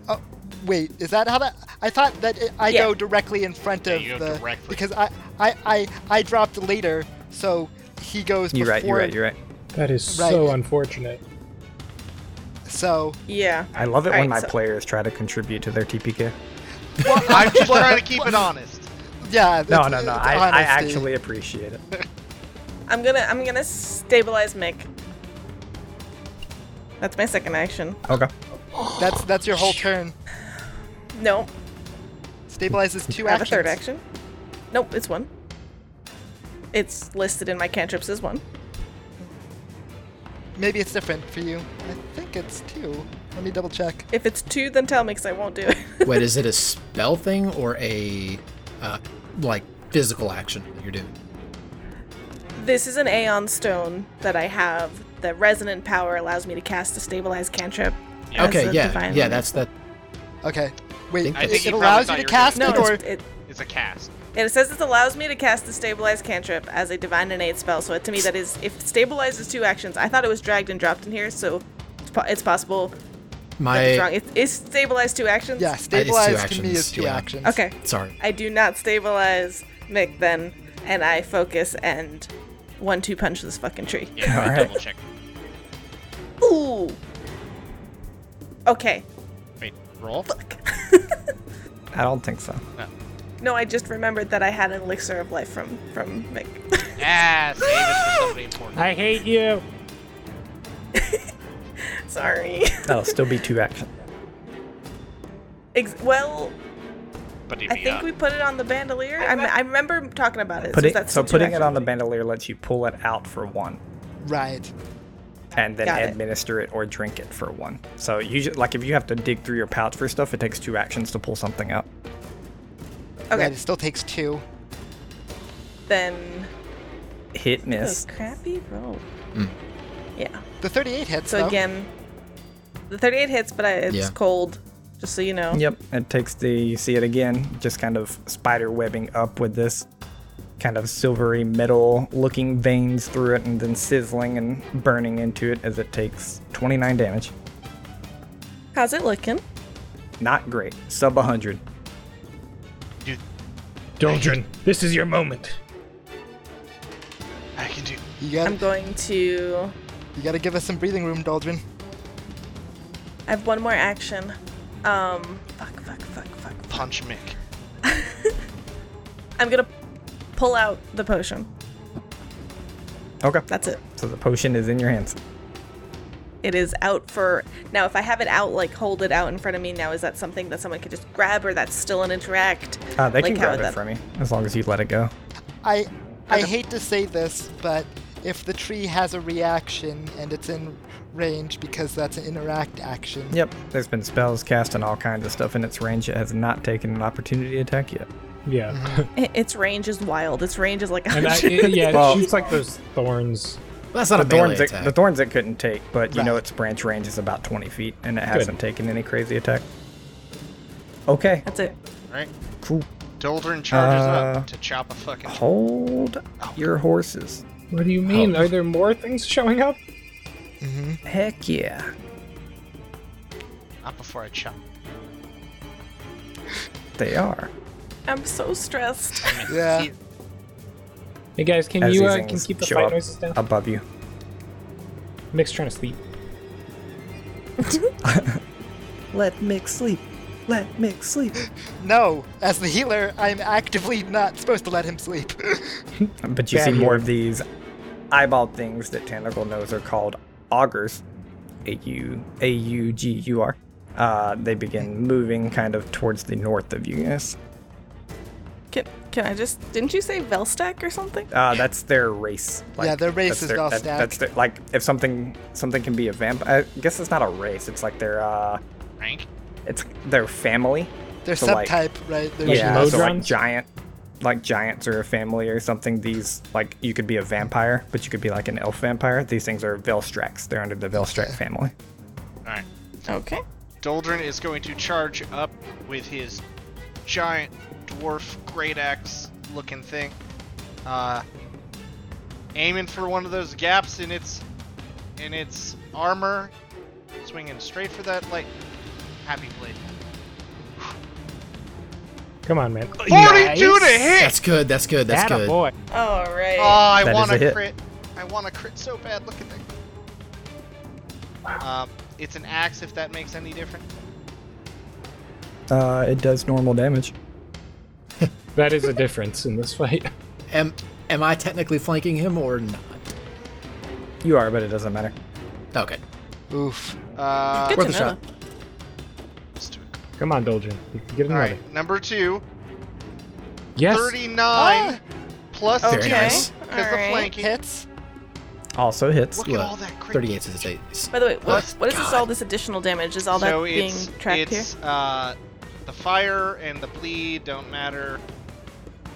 Speaker 7: Oh, wait, is that how that? I thought that it, I
Speaker 4: Yeah.
Speaker 7: go directly in front of
Speaker 8: you go
Speaker 7: the
Speaker 8: directly.
Speaker 7: because I, I I I dropped later, so he goes
Speaker 2: You're
Speaker 7: before.
Speaker 2: right. You're right. You're right.
Speaker 3: That is
Speaker 7: Right.
Speaker 3: so unfortunate.
Speaker 7: So
Speaker 4: Yeah.
Speaker 2: I love it when
Speaker 4: Alright,
Speaker 2: my
Speaker 4: so-
Speaker 2: players try to contribute to their TPK.
Speaker 5: I'm just trying to keep it honest.
Speaker 7: yeah.
Speaker 2: No, no,
Speaker 7: it's-
Speaker 2: no.
Speaker 7: it's
Speaker 2: I, I
Speaker 7: honesty.
Speaker 2: actually appreciate it.
Speaker 4: I'm gonna I'm gonna stabilize Mick. That's my second action.
Speaker 2: Okay.
Speaker 7: That's that's your whole turn.
Speaker 4: No,
Speaker 7: Stabilizes two
Speaker 4: I have a
Speaker 7: actions.
Speaker 4: third action. Nope, it's one. It's listed in my cantrips as one.
Speaker 7: Maybe it's different for you. I think it's two. Let me double check.
Speaker 4: If it's two, then tell Mix I won't do it.
Speaker 6: Wait, is it a spell thing or a uh, like physical action that you're doing?
Speaker 4: this is an Aeon Stone that I have. The resonant power allows me to cast a stabilized cantrip. as
Speaker 6: okay,
Speaker 4: a
Speaker 6: yeah,
Speaker 4: divine
Speaker 6: yeah.
Speaker 4: limit.
Speaker 6: That's that.
Speaker 7: Okay. Wait,
Speaker 6: think I
Speaker 7: it,
Speaker 8: think
Speaker 7: it
Speaker 8: you probably
Speaker 7: allows you
Speaker 8: thought
Speaker 7: to
Speaker 8: you were
Speaker 7: cast
Speaker 4: no.
Speaker 7: it, or
Speaker 4: It's, it,
Speaker 8: It's a cast.
Speaker 4: it says it allows me to cast the stabilized cantrip as a divine innate spell. So to me, that is if stabilized is two actions. I thought it was dragged and dropped in here, so it's, po- it's possible That's
Speaker 6: My
Speaker 4: wrong. It, is stabilized two actions?
Speaker 7: yeah, stabilize to me
Speaker 6: actions,
Speaker 7: is two
Speaker 6: yeah.
Speaker 7: actions.
Speaker 4: Okay.
Speaker 6: sorry.
Speaker 4: I do not stabilize Mick then, and I focus and one two punch this fucking tree.
Speaker 8: Yeah, I
Speaker 2: Alright.
Speaker 8: double check.
Speaker 4: Ooh. Okay.
Speaker 8: Wait, roll?
Speaker 2: I don't think so.
Speaker 4: No, I just remembered that I had an elixir of life from from Mick.
Speaker 8: Ah, save it for somebody important.
Speaker 3: I hate you.
Speaker 4: Sorry.
Speaker 2: That'll still be two actions.
Speaker 4: Ex- well,
Speaker 8: But
Speaker 4: I think we put it on the bandolier. I, me- I remember talking about it. so
Speaker 2: Putting,
Speaker 4: that's
Speaker 2: so
Speaker 4: still two
Speaker 2: putting it on the
Speaker 4: actions.
Speaker 2: bandolier lets you pull it out for one.
Speaker 7: Right.
Speaker 2: and then
Speaker 4: Got it.
Speaker 2: administer it. or drink it for one. So you ju- like if you have to dig through your pouch for stuff, it takes two actions to pull something out.
Speaker 4: Okay.
Speaker 7: Right, it still takes two.
Speaker 4: Then.
Speaker 2: Hit miss.
Speaker 4: Oh, crappy roll. Yeah.
Speaker 7: The 38 hits
Speaker 4: So
Speaker 7: though.
Speaker 4: again, The 38 hits, but I, it's
Speaker 6: Yeah.
Speaker 4: cold. Just so you know.
Speaker 2: Yep, it takes the you see it again, just kind of spider webbing up with this kind of silvery metal looking veins through it and then sizzling and burning into it as it takes 29 damage.
Speaker 4: How's it looking?
Speaker 2: Not great. Sub 100.
Speaker 3: Doldrin, this is your moment.
Speaker 5: I can do.
Speaker 7: You got
Speaker 4: I'm going to.
Speaker 7: you got to give us some breathing room, Doldrin.
Speaker 4: I have one more action. Um, fuck, fuck, fuck, fuck.
Speaker 5: Punch Mick.
Speaker 4: I'm gonna pull out the potion.
Speaker 2: Okay.
Speaker 4: That's it.
Speaker 2: So the potion is in your hands.
Speaker 4: It is out for now. If I have it out, like hold it out in front of me now, is that something that someone could just grab, or that's still an interact?
Speaker 2: Uh, they
Speaker 4: Like,
Speaker 2: can
Speaker 4: how
Speaker 2: grab
Speaker 4: would
Speaker 2: it
Speaker 4: that-
Speaker 2: from you as long as you let it go.
Speaker 7: I I hate to say this, but if the tree has a reaction and it's in range because that's an interact action.
Speaker 2: Yep. There's been spells cast and all kinds of stuff in its range. It has not taken an opportunity attack yet.
Speaker 3: Yeah.
Speaker 8: Mm-hmm.
Speaker 4: I- Its range is wild. Its range is like
Speaker 3: and I,
Speaker 4: 100.
Speaker 3: it, yeah,
Speaker 2: Well-
Speaker 3: it shoots like those thorns.
Speaker 6: that's not a
Speaker 2: The thorns,
Speaker 6: melee
Speaker 2: it,
Speaker 6: attack.
Speaker 2: the thorns it couldn't take, but you know
Speaker 7: Right.
Speaker 2: its branch range is about 20 feet, and it hasn't taken any crazy attack. Okay,
Speaker 4: That's it.
Speaker 8: Right?
Speaker 2: cool.
Speaker 8: Doldrin charges
Speaker 2: Uh,
Speaker 8: up to chop a fucking.
Speaker 2: Hold your horses.
Speaker 3: What do you mean? Are there more things showing up?
Speaker 2: Heck yeah.
Speaker 8: Not before I chop.
Speaker 2: They are.
Speaker 4: I'm so stressed.
Speaker 7: Yeah.
Speaker 3: Hey guys, can
Speaker 2: As
Speaker 3: you
Speaker 2: these
Speaker 3: uh, can
Speaker 2: things
Speaker 3: keep the
Speaker 2: show
Speaker 3: fight
Speaker 2: up
Speaker 3: noises down?
Speaker 2: Above you.
Speaker 3: Mick's trying to sleep.
Speaker 2: Let Mick sleep. Let Mick sleep.
Speaker 7: No, as the healer, I'm actively not supposed to let him sleep.
Speaker 2: But you
Speaker 3: Bad
Speaker 2: see
Speaker 3: here.
Speaker 2: more of these eyeball things that Tentacle knows are called augurs. A U A U G U R. Uh, they begin moving kind of towards the north of you guys.
Speaker 4: Can, can I just? Didn't you say Velstack or something?
Speaker 2: Uh, that's their race.
Speaker 7: Yeah, their race
Speaker 2: that's
Speaker 7: is
Speaker 2: their-
Speaker 7: Goth
Speaker 2: that-
Speaker 7: Stack.
Speaker 2: That's their, like if something something can be a vamp. I guess it's not a race. It's like their uh,
Speaker 8: Rank?
Speaker 2: it's their family.
Speaker 7: Their
Speaker 2: So, like-
Speaker 7: subtype, right? There's
Speaker 2: yeah, so like
Speaker 3: Modrons?
Speaker 2: giant, like giants or a family or something. These like you could be a vampire, but you could be like an elf vampire. These things are Velstrax. They're under the Velstrax family.
Speaker 8: Alright.
Speaker 4: Okay.
Speaker 8: Doldrin is going to charge up with his giant dwarf great axe looking thing. Uh, aiming for one of those gaps in its in its armor, swinging straight for that like happy blade.
Speaker 3: Come on, man.
Speaker 8: 42 to hit.
Speaker 6: that's good. That's good. That's
Speaker 3: Atta
Speaker 6: good.
Speaker 3: boy.
Speaker 4: All right.
Speaker 8: Oh, I
Speaker 2: That is
Speaker 8: want
Speaker 2: a hit.
Speaker 8: a crit. I want a crit so bad. Look at that. Um, it's an axe if that makes any difference.
Speaker 2: Uh, it does normal damage.
Speaker 3: That is a difference in this fight.
Speaker 6: Am am I technically flanking him or not?
Speaker 2: You are, but it doesn't matter.
Speaker 6: Okay.
Speaker 7: Oof.
Speaker 8: Uh,
Speaker 4: Good
Speaker 6: Worth
Speaker 4: to
Speaker 6: a
Speaker 4: know.
Speaker 6: shot.
Speaker 8: let's do it.
Speaker 3: Come on, Doljin. You can get
Speaker 8: All
Speaker 3: another.
Speaker 8: right, number two,
Speaker 3: Yes.
Speaker 8: 39 plus
Speaker 4: Ah. Okay.
Speaker 6: Very
Speaker 8: two.
Speaker 6: nice.
Speaker 8: Because the
Speaker 4: Alright.
Speaker 8: flanking.
Speaker 7: Hits.
Speaker 2: Also hits.
Speaker 8: Look at
Speaker 6: What?
Speaker 8: all that crit.
Speaker 6: 38 to the state.
Speaker 4: By the way, what,
Speaker 8: What?
Speaker 4: what is this? All this additional damage is all that
Speaker 8: so
Speaker 4: being
Speaker 8: it's,
Speaker 4: tracked here?
Speaker 8: it's, uh, the fire and the bleed don't matter.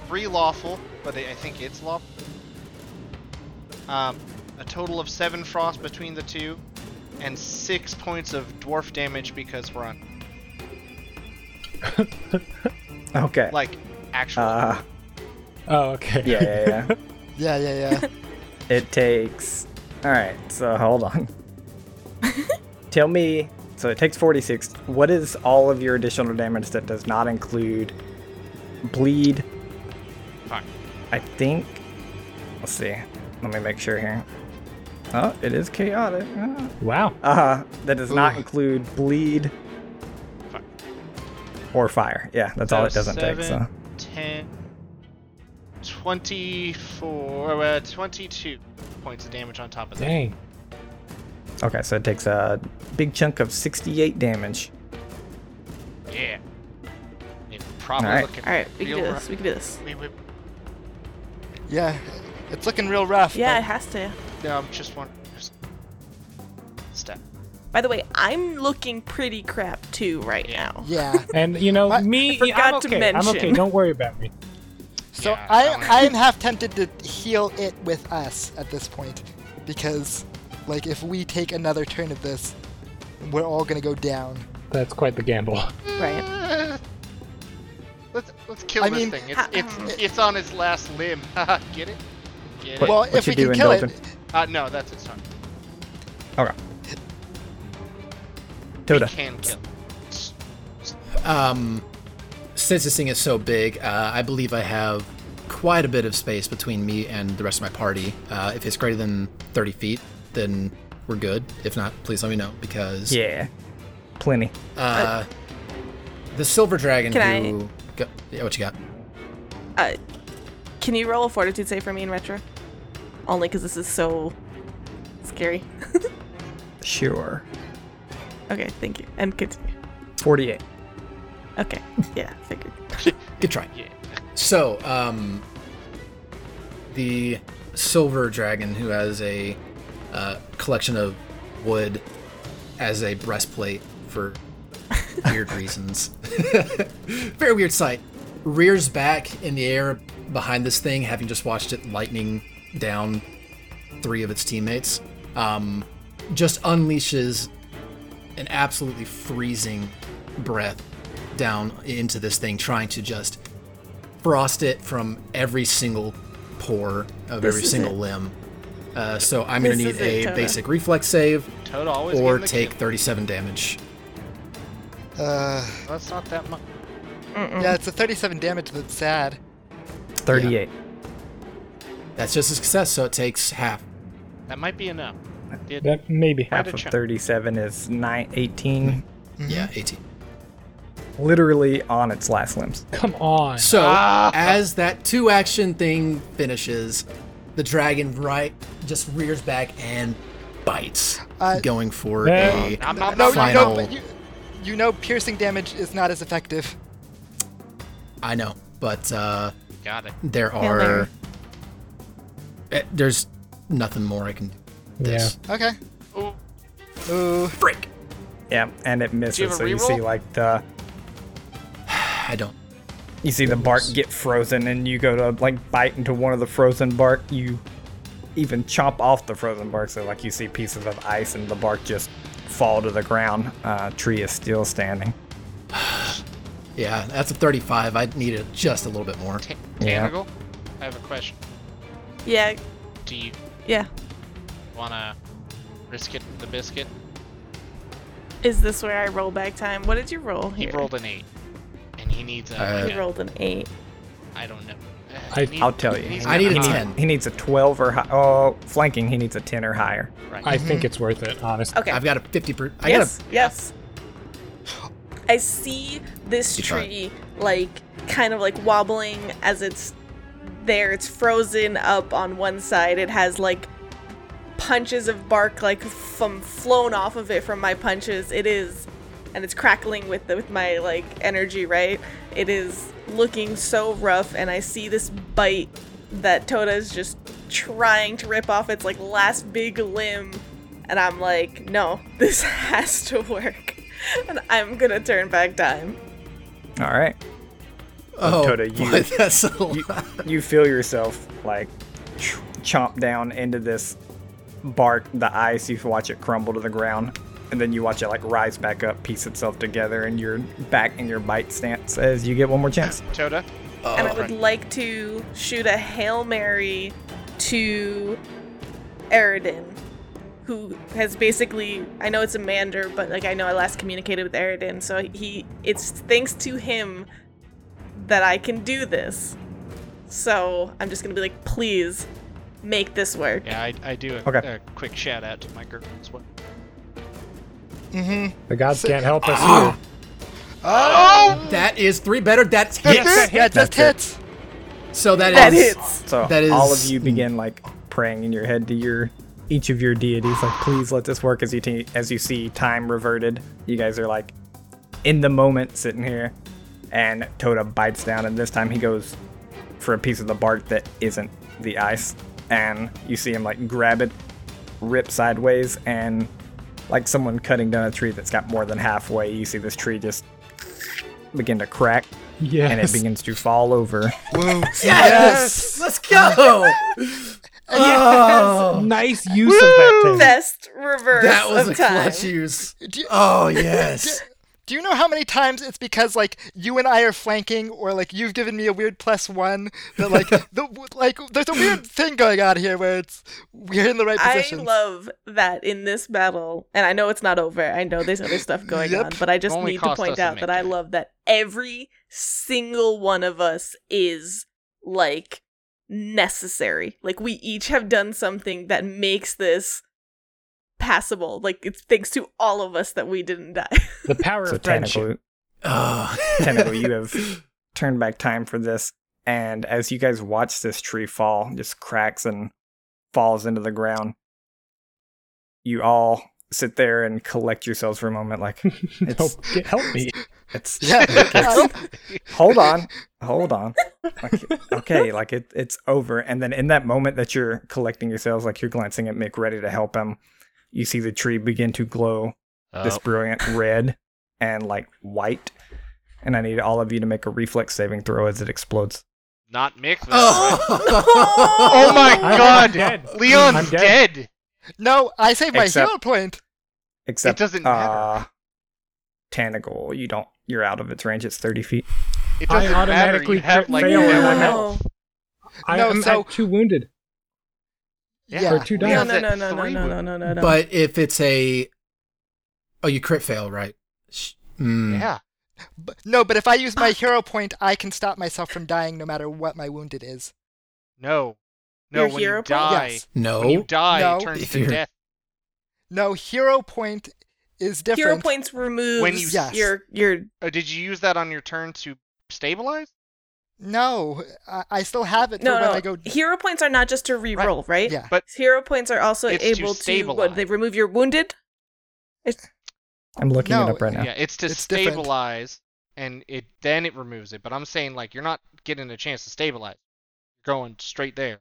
Speaker 8: Three lawful, but I I think it's lawful. Um, a total of seven frost between the two, and six points of dwarf damage because we're on
Speaker 2: Okay.
Speaker 8: like actual.
Speaker 2: Uh,
Speaker 3: Oh, okay.
Speaker 2: yeah, yeah, yeah.
Speaker 7: Yeah, yeah, yeah.
Speaker 2: it takes. All right. So hold on. Tell me. So it takes 46. What is all of your additional damage that does not include bleed?
Speaker 8: Fine.
Speaker 2: I think. Let's see. Let me make sure here. Oh, it is chaotic. Ah.
Speaker 3: Wow.
Speaker 2: Uh, that does not include bleed
Speaker 8: Fire.
Speaker 2: or fire. Yeah, that's all it doesn't take. So.
Speaker 8: 10, 24, uh, 22 points of damage on top of that.
Speaker 3: Dang.
Speaker 2: Okay, so it takes a big chunk of 68 damage.
Speaker 8: Yeah. It's probably
Speaker 2: Alright.
Speaker 8: looking
Speaker 4: all right, we can
Speaker 8: real
Speaker 4: do
Speaker 8: rough.
Speaker 4: this. We can do this.
Speaker 8: We, we,
Speaker 7: yeah. It's looking real rough.
Speaker 4: Yeah, it has to.
Speaker 8: no, I'm just one. Just step.
Speaker 4: By the way, I'm looking pretty crap too right
Speaker 8: Yeah.
Speaker 4: now.
Speaker 7: but- Yeah.
Speaker 3: And you know
Speaker 7: I
Speaker 3: me. I'm
Speaker 4: forgot to
Speaker 3: okay. I'm okay.
Speaker 4: mention.
Speaker 3: Don't worry about me.
Speaker 7: So
Speaker 8: Yeah, I'm-
Speaker 7: I I'm half tempted to heal it with us at this point, because like if we take another turn of this, We're all gonna go down.
Speaker 3: That's quite the gamble.
Speaker 4: Right.
Speaker 8: Let's let's kill
Speaker 7: I
Speaker 8: this
Speaker 7: mean,
Speaker 8: thing. It's it's it's on its last limb. Get it? Get
Speaker 2: What-
Speaker 8: it?
Speaker 7: well,
Speaker 2: what
Speaker 7: if
Speaker 2: you
Speaker 7: we can
Speaker 2: doing,
Speaker 7: kill it,
Speaker 2: Dalton?
Speaker 8: Uh, no, that's its time.
Speaker 2: Okay.
Speaker 8: We
Speaker 2: Toda.
Speaker 8: can kill. it.
Speaker 6: Um, since this thing is so big, uh, I believe I have quite a bit of space between me and the rest of my party. Uh, if it's greater than 30 feet, then we're good. If not, please let me know because
Speaker 2: Yeah. Plenty.
Speaker 6: uh, the silver dragon
Speaker 4: Can
Speaker 6: who. Go, yeah, what you got?
Speaker 4: Uh, can you roll a fortitude save for me in retro? Only because this is so scary.
Speaker 2: Sure.
Speaker 4: okay, thank you. And continue.
Speaker 2: 48.
Speaker 4: Okay. Yeah, figured.
Speaker 6: Good try. So, um, the silver dragon who has a uh, collection of wood as a breastplate for weird reasons. Very weird sight. Rears back in the air behind this thing, having just watched it lightning down three of its teammates. Um, just unleashes an absolutely freezing breath down into this thing, trying to just frost it from every single pore of every
Speaker 4: is
Speaker 6: single
Speaker 4: it.
Speaker 6: limb. Uh, so I'm going to
Speaker 4: This
Speaker 6: need
Speaker 4: is it,
Speaker 6: a
Speaker 4: Jonah.
Speaker 6: basic reflex save
Speaker 8: Toad always
Speaker 6: or
Speaker 8: getting the
Speaker 6: take
Speaker 8: kill.
Speaker 6: 37 damage.
Speaker 7: uh,
Speaker 8: That's not that much. Mm.
Speaker 7: yeah, it's a 37 damage. That's sad.
Speaker 2: 38.
Speaker 6: That's just a success, so it takes half.
Speaker 8: That might be enough. Did
Speaker 3: That maybe.
Speaker 8: Why
Speaker 2: Half
Speaker 8: did
Speaker 2: of
Speaker 8: you-
Speaker 2: 37 is nine, 18.
Speaker 6: Yeah, 18.
Speaker 2: Literally on its last limbs.
Speaker 3: Come on.
Speaker 6: So,
Speaker 8: Ah.
Speaker 6: as that two action thing finishes, the dragon right just rears back and bites,
Speaker 7: Uh,
Speaker 6: going for
Speaker 3: Hey.
Speaker 6: a
Speaker 8: Nom, nom,
Speaker 7: No,
Speaker 8: nom,
Speaker 7: you
Speaker 6: final.
Speaker 7: know, but you, you know, piercing damage is not as effective.
Speaker 6: I know, but uh,
Speaker 8: got it.
Speaker 6: there
Speaker 4: Failure.
Speaker 6: are. Eh, There's nothing more I can do. This.
Speaker 7: Okay.
Speaker 8: Ooh,
Speaker 7: Ooh.
Speaker 6: Frick!
Speaker 2: Yeah, and it misses.
Speaker 8: you have a
Speaker 2: so you
Speaker 8: reroll?
Speaker 2: see like the
Speaker 6: I don't.
Speaker 2: you see the bark get frozen and you go to like bite into one of the frozen bark, you even chomp off the frozen bark, so like you see pieces of ice and the bark just fall to the ground. Uh, tree is still standing.
Speaker 6: Yeah, that's a 35. I needed just a little bit more.
Speaker 8: Ta-
Speaker 2: Yeah.
Speaker 8: Tanagal, I have a question.
Speaker 4: Yeah,
Speaker 8: Do you
Speaker 4: yeah.
Speaker 8: wanna risk it the biscuit?
Speaker 4: Is this where I roll back time? What did you roll
Speaker 8: He
Speaker 4: here?
Speaker 8: rolled an eight, and he needs a.
Speaker 6: Uh,
Speaker 4: He
Speaker 8: like a-
Speaker 4: rolled an eight.
Speaker 8: I don't know. Uh,
Speaker 3: I-
Speaker 8: he-
Speaker 2: I'll tell you.
Speaker 8: he's
Speaker 6: I need
Speaker 8: got
Speaker 2: He,
Speaker 6: a
Speaker 2: need-
Speaker 6: 10.
Speaker 2: he needs a 12 or high. Oh, flanking, he needs a 10 or higher.
Speaker 8: Right.
Speaker 3: I think it's worth it, honestly.
Speaker 4: Okay.
Speaker 6: I've got a 50. Per- I got a
Speaker 4: yes. yes. I see this
Speaker 6: You tried.
Speaker 4: tree like kind of like wobbling as it's there. It's frozen up on one side. It has like punches of bark like from flown off of it from my punches. It is and it's crackling with the, with my like energy, right? It is looking so rough and I see this bite that Toda is just trying to rip off its like last big limb and I'm like, "No, this has to work." And I'm going to turn back time.
Speaker 2: All right.
Speaker 6: Oh,
Speaker 2: Toto, you-
Speaker 6: boy, that's a
Speaker 2: you,
Speaker 6: lot.
Speaker 2: you feel yourself like ch- chomp down into this bark, the ice. You watch it crumble to the ground, and then you watch it like rise back up, piece itself together, and you're back in your bite stance as you get one more chance.
Speaker 8: Toda.
Speaker 4: and
Speaker 6: Oh,
Speaker 4: I would like to shoot a hail mary to Eridan, who has basically I know it's a mander, but like I know I last communicated with Eridan, so he it's thanks to him that I can do this. So I'm just gonna be like, please make this work.
Speaker 8: Yeah, I, I do a,
Speaker 2: Okay.
Speaker 8: a quick shout out to my girl as well.
Speaker 3: The gods can't help us either.
Speaker 6: That is three better. That's
Speaker 7: That's
Speaker 6: hits.
Speaker 7: it. Yeah, it just
Speaker 2: That's
Speaker 7: hits.
Speaker 6: So
Speaker 4: That
Speaker 6: is
Speaker 4: hits.
Speaker 2: So
Speaker 6: That
Speaker 2: all of
Speaker 6: is-
Speaker 2: you begin like praying in your head to your each of your deities, like please let this work. As you t- as you see time reverted, you guys are like in the moment sitting here, and Toda bites down, and this time he goes for a piece of the bark that isn't the ice, and you see him like grab it, rip sideways, and like someone cutting down a tree that's got more than halfway, you see this tree just begin to crack,
Speaker 3: Yes.
Speaker 2: and it begins to fall over.
Speaker 6: Yes! Let's go! Oh,
Speaker 3: Nice use of that thing.
Speaker 4: Best reverse
Speaker 6: that was a
Speaker 4: of time.
Speaker 6: clutch use.
Speaker 7: Do you,
Speaker 6: Oh yes.
Speaker 7: do you know how many times it's because like you and I are flanking, or like you've given me a weird plus one that like the like there's a weird thing going on here where it's we're in the right
Speaker 4: I
Speaker 7: position.
Speaker 4: love that in this battle, and I know it's not over. I know there's other stuff going
Speaker 7: Yep.
Speaker 4: on, but I just
Speaker 8: Only
Speaker 4: need to
Speaker 8: cost us
Speaker 4: point
Speaker 8: to
Speaker 4: out
Speaker 8: make
Speaker 4: that I
Speaker 8: it.
Speaker 4: love that every single one of us is like necessary. Like we each have done something that makes this passable. Like it's thanks to all of us that we didn't die.
Speaker 3: The power
Speaker 2: So
Speaker 3: of friendship.
Speaker 2: Tentacle,
Speaker 6: Oh.
Speaker 2: Tentacle, you have turned back time for this. And as you guys watch this tree fall, just cracks and falls into the ground, you all sit there and collect yourselves for a moment. Like, it's,
Speaker 3: Help, get- help me.
Speaker 2: it's,
Speaker 7: Yeah.
Speaker 2: it's hold on, hold on. Like, okay, like it, it's over. And then in that moment that you're collecting yourselves, like you're glancing at Mick, ready to help him, you see the tree begin to glow
Speaker 3: Uh,
Speaker 8: Oh.
Speaker 2: this brilliant red and like white. And I need all of you to make a reflex saving throw as it explodes.
Speaker 8: Not Mick. Though.
Speaker 7: Oh.
Speaker 6: Oh.
Speaker 8: Oh my
Speaker 3: I'm
Speaker 8: god!
Speaker 3: dead.
Speaker 8: Leon's
Speaker 3: I'm
Speaker 8: dead.
Speaker 3: dead.
Speaker 7: no, I saved my
Speaker 2: Except-
Speaker 7: hero point.
Speaker 2: Except
Speaker 8: It doesn't matter.
Speaker 2: Uh, Tanagle, you don't. You're out of its range. It's thirty feet.
Speaker 8: It
Speaker 3: I
Speaker 8: doesn't matter.
Speaker 3: automatically
Speaker 8: You have
Speaker 3: crit
Speaker 8: like
Speaker 3: fail
Speaker 8: no
Speaker 3: and I'm
Speaker 8: health.
Speaker 4: out.
Speaker 3: I,
Speaker 7: No,
Speaker 3: am
Speaker 7: so-
Speaker 3: at two wounded.
Speaker 7: Yeah.
Speaker 3: Or two
Speaker 8: Yeah,
Speaker 4: No,
Speaker 3: down.
Speaker 4: no,
Speaker 8: that's
Speaker 4: no, no, no,
Speaker 8: three
Speaker 4: no,
Speaker 8: would-
Speaker 4: no, no, no, no.
Speaker 6: But if it's a, oh, you crit fail, right? Sh- Mm.
Speaker 8: Yeah.
Speaker 7: B- No, but if I use my hero point, I can stop myself from dying no matter what my wounded is.
Speaker 8: No. No.
Speaker 4: Your
Speaker 8: when
Speaker 4: hero
Speaker 8: you
Speaker 4: point?
Speaker 8: die,
Speaker 7: Yes.
Speaker 6: No.
Speaker 8: when you die,
Speaker 7: No.
Speaker 8: it turns
Speaker 6: If
Speaker 8: to
Speaker 6: you're-
Speaker 8: death.
Speaker 7: No, hero point is different.
Speaker 4: Hero points removes
Speaker 8: When you-
Speaker 7: Yes.
Speaker 4: your your
Speaker 8: Oh, did you use that on your turn to stabilize?
Speaker 7: No, I, I still have it for
Speaker 4: no,
Speaker 7: when
Speaker 4: no.
Speaker 7: I go.
Speaker 4: Hero points are not just to re-roll, right?
Speaker 7: Yeah.
Speaker 8: But
Speaker 4: Hero points are also
Speaker 8: It's to
Speaker 4: able to, what
Speaker 8: stabilize.
Speaker 4: they remove your wounded.
Speaker 2: I'm looking it
Speaker 7: No,
Speaker 2: up right now.
Speaker 8: yeah, it's to
Speaker 7: It's different.
Speaker 8: stabilize, and it then it removes it. But I'm saying like you're not getting a chance to stabilize. You're going straight there.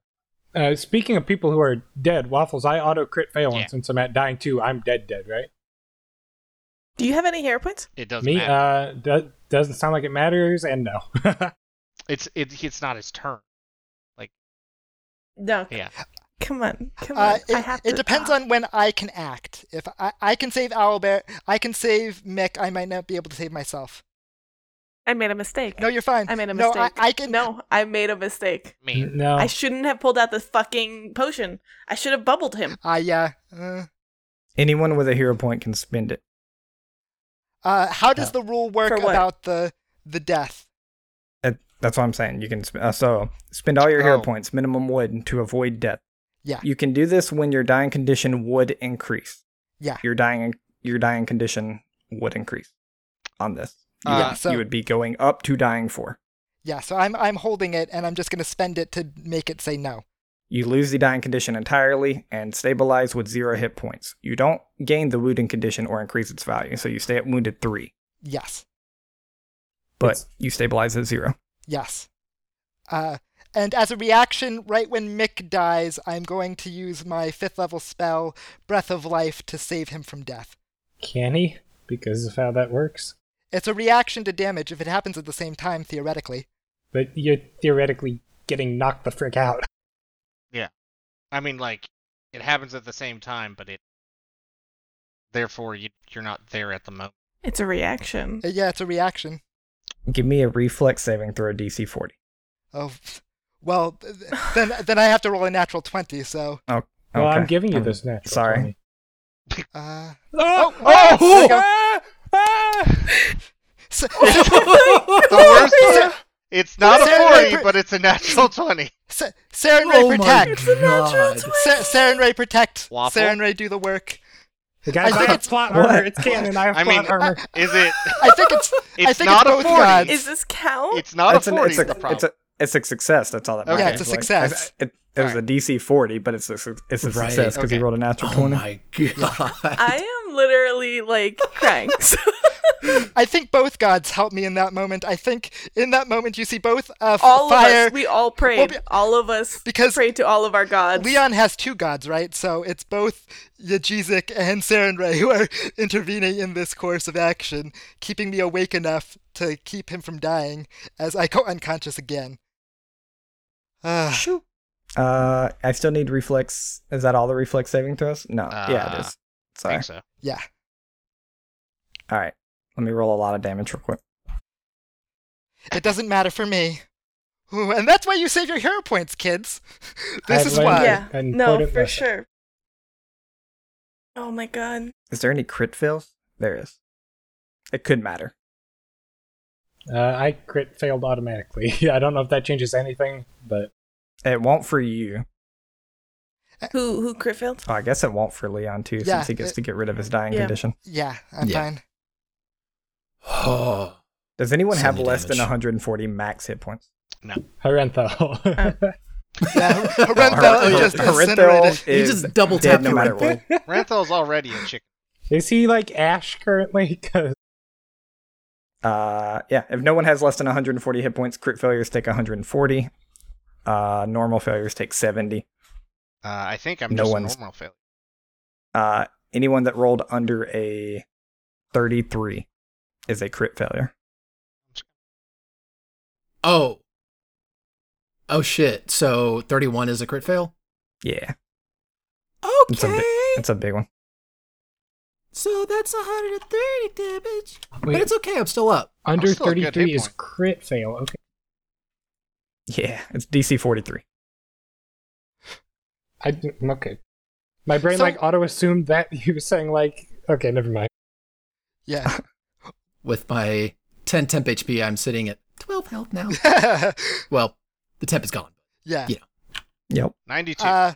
Speaker 3: Uh, speaking of people who are dead, Waffles, I auto crit fail,
Speaker 8: Yeah.
Speaker 3: and since I'm at dying two, I'm dead dead, right?
Speaker 4: Do you have any hero points?
Speaker 8: It doesn't
Speaker 3: me,
Speaker 8: matter.
Speaker 3: uh, do- doesn't sound like it matters, and no.
Speaker 8: It's it, it's not his turn.
Speaker 4: No.
Speaker 8: Yeah.
Speaker 4: Come on. Come on.
Speaker 7: Uh,
Speaker 4: I
Speaker 7: it,
Speaker 4: have
Speaker 7: it
Speaker 4: to-
Speaker 7: depends
Speaker 4: ah.
Speaker 7: on when I can act. If I, I can save Owlbear, I can save Mick. I might not be able to save myself.
Speaker 4: I made a mistake.
Speaker 7: No, you're fine.
Speaker 4: I made a
Speaker 7: no,
Speaker 4: mistake.
Speaker 7: I, I can.
Speaker 4: No, I made a mistake.
Speaker 8: Me.
Speaker 3: no.
Speaker 4: I shouldn't have pulled out the fucking potion. I should have bubbled him.
Speaker 7: I yeah. Uh,
Speaker 2: Anyone with a hero point can spend it.
Speaker 7: uh, how does the rule work
Speaker 4: For what?
Speaker 7: about the the death?
Speaker 2: That- Uh, That's what I'm saying. You can sp- uh, so spend all your hero
Speaker 8: Oh.
Speaker 2: points, minimum wood, to avoid death.
Speaker 7: Yeah.
Speaker 2: You can do this when your dying condition would increase.
Speaker 7: Yeah.
Speaker 2: Your dying your dying condition would increase on this. You,
Speaker 8: Uh,
Speaker 2: would,
Speaker 7: so-
Speaker 2: you would be going up to dying four.
Speaker 7: Yeah. So I'm I'm holding it, and I'm just gonna spend it to make it say no.
Speaker 2: You lose the dying condition entirely and stabilize with zero hit points. You don't gain the wounding condition or increase its value, so you stay at wounded three,
Speaker 7: Yes.
Speaker 2: but
Speaker 3: It's-
Speaker 2: you stabilize at zero.
Speaker 7: Yes. Uh, and as a reaction, right when Mick dies, I'm going to use my fifth level spell, Breath of Life, to save him from death.
Speaker 3: Can he? Because of how that works.
Speaker 7: It's a reaction to damage if it happens at the same time, theoretically.
Speaker 3: But you're theoretically getting knocked the frick out.
Speaker 8: I mean like it happens at the same time, but it therefore you you're not there at the moment.
Speaker 4: It's a reaction.
Speaker 7: Uh, yeah, it's a reaction.
Speaker 2: Give me a reflex saving throw DC 40.
Speaker 7: Oh, well, th- then then I have to roll a natural twenty. So,
Speaker 2: Oh, okay.
Speaker 3: Well, I'm giving you
Speaker 2: Um,
Speaker 3: this natural.
Speaker 2: Sorry.
Speaker 3: 20.
Speaker 7: uh,
Speaker 3: Oh!
Speaker 7: oh, there you go. S-
Speaker 4: Oh
Speaker 8: The worst
Speaker 7: Sarah,
Speaker 8: It's not a
Speaker 7: Sarah
Speaker 8: forty,
Speaker 7: Raper-
Speaker 8: but it's a natural twenty.
Speaker 7: S- Saren Ray
Speaker 6: Oh my
Speaker 7: protect.
Speaker 6: god.
Speaker 7: Sa- Saren Ray protect.
Speaker 8: Waffle?
Speaker 7: Saren Ray do the work.
Speaker 3: The guy's
Speaker 7: I think
Speaker 3: I
Speaker 7: it's-
Speaker 3: plot
Speaker 2: What?
Speaker 3: armor. It's canon. I have
Speaker 8: I mean,
Speaker 3: plot armor.
Speaker 8: Is it?
Speaker 7: I think it's. I
Speaker 8: It's
Speaker 7: think
Speaker 8: not
Speaker 7: it's
Speaker 8: a
Speaker 7: both
Speaker 8: 40.
Speaker 7: gods.
Speaker 4: Is this count?
Speaker 8: It's not
Speaker 2: it's
Speaker 8: a
Speaker 2: an-
Speaker 8: forty.
Speaker 2: it's
Speaker 8: is the problem.
Speaker 2: It's a, it's a success. That's all that
Speaker 8: Okay.
Speaker 2: matters.
Speaker 8: Yeah,
Speaker 7: it's a
Speaker 2: Like,
Speaker 7: success.
Speaker 2: It, it was a DC 40, but it's a, su- it's a
Speaker 6: Right.
Speaker 2: success because
Speaker 8: Okay.
Speaker 2: he rolled a natural
Speaker 6: Oh
Speaker 2: 20.
Speaker 6: my god.
Speaker 4: I am literally like crying. So-
Speaker 7: I think both gods helped me in that moment. I think in that moment you see both uh, f-
Speaker 4: all
Speaker 7: fire.
Speaker 4: of us, we all prayed.
Speaker 7: Well, be-
Speaker 4: all of us
Speaker 7: because
Speaker 4: prayed to all of our gods.
Speaker 7: Leon has two gods, right? So it's both Yajizik and Sarenrae who are intervening in this course of action, keeping me awake enough to keep him from dying as I go unconscious again. Ah,
Speaker 2: Uh, I still need reflex. Is that all the reflex saving throws? No. yeah,
Speaker 8: Uh,
Speaker 2: it is.
Speaker 8: I
Speaker 2: Sorry.
Speaker 8: think so.
Speaker 7: Yeah.
Speaker 2: All right. Let me roll a lot of damage real quick.
Speaker 7: It doesn't matter for me. Ooh, and that's why you save your hero points, kids. This
Speaker 3: I've
Speaker 7: is
Speaker 3: learned
Speaker 7: why.
Speaker 4: yeah.
Speaker 3: and
Speaker 4: No,
Speaker 3: important
Speaker 4: for
Speaker 3: lesson.
Speaker 4: sure. Oh my god.
Speaker 2: Is there any crit fails? There is. It could matter.
Speaker 3: Uh, I crit failed automatically. I don't know if that changes anything, but
Speaker 2: It won't for you.
Speaker 4: Who who crit failed?
Speaker 2: Oh, I guess it won't for Leon too,
Speaker 7: Yeah,
Speaker 2: since he gets
Speaker 7: it-
Speaker 2: to get rid of his dying
Speaker 4: Yeah.
Speaker 2: condition.
Speaker 7: Yeah, I'm
Speaker 6: Yeah.
Speaker 7: fine.
Speaker 6: Oh,
Speaker 2: Does anyone have
Speaker 6: Seventy
Speaker 2: less than
Speaker 6: damage.
Speaker 2: 140 max hit points?
Speaker 3: Horentho.
Speaker 7: Yeah,
Speaker 2: Har-
Speaker 7: Horrendel
Speaker 2: Har-
Speaker 7: just
Speaker 2: Harithel
Speaker 7: incinerated.
Speaker 6: You
Speaker 2: is
Speaker 6: just double
Speaker 2: dead
Speaker 6: tap
Speaker 2: no matter
Speaker 6: Harithel.
Speaker 2: what.
Speaker 8: Ranthal's already a chicken.
Speaker 3: Is he like Ash currently? 'Cause
Speaker 2: Uh, yeah. If no one has less than 140 hit points, crit failures take 140. Uh, normal failures take 70.
Speaker 8: Uh, I think I'm
Speaker 2: No
Speaker 8: just
Speaker 2: one's-
Speaker 8: a normal failure.
Speaker 2: Uh, anyone that rolled under a 33 is a crit failure.
Speaker 6: Oh. Oh shit. So 31 is a crit fail?
Speaker 2: Yeah, It's a bit-
Speaker 6: Okay.
Speaker 2: it's a big one.
Speaker 6: So that's 130 damage.
Speaker 3: Wait.
Speaker 6: But it's okay. I'm still up.
Speaker 3: under
Speaker 8: still a good hit
Speaker 3: 33 is
Speaker 8: point.
Speaker 3: crit fail. Okay.
Speaker 2: Yeah, it's DC 43.
Speaker 3: I d- okay. My brain
Speaker 7: So-
Speaker 3: like auto assumed that he was saying like okay, never mind.
Speaker 7: Yeah.
Speaker 6: With my 10 temp HP, I'm sitting at 12 health now.
Speaker 7: yeah.
Speaker 6: well, the temp is gone.
Speaker 7: Yeah.
Speaker 6: Yeah.
Speaker 2: Yep.
Speaker 8: 92.
Speaker 7: Uh,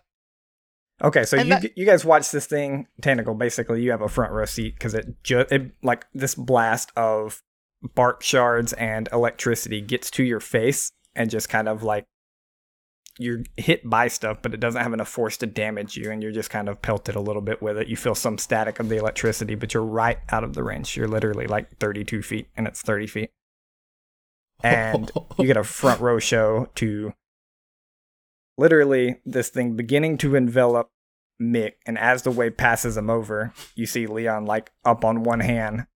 Speaker 2: Okay, so
Speaker 7: And
Speaker 2: you
Speaker 7: that-
Speaker 2: g you guys watch this thing, Tentacle. Basically, you have a front row seat because it just it, like this blast of bark shards and electricity gets to your face and just kind of like you're hit by stuff, but it doesn't have enough force to damage you, and you're just kind of pelted a little bit with it. You feel some static of the electricity, but you're right out of the range. You're literally like 32 feet, and it's 30 feet, and you get a front row show to literally this thing beginning to envelop Mick. And as the wave passes him over, you see Leon like up on one hand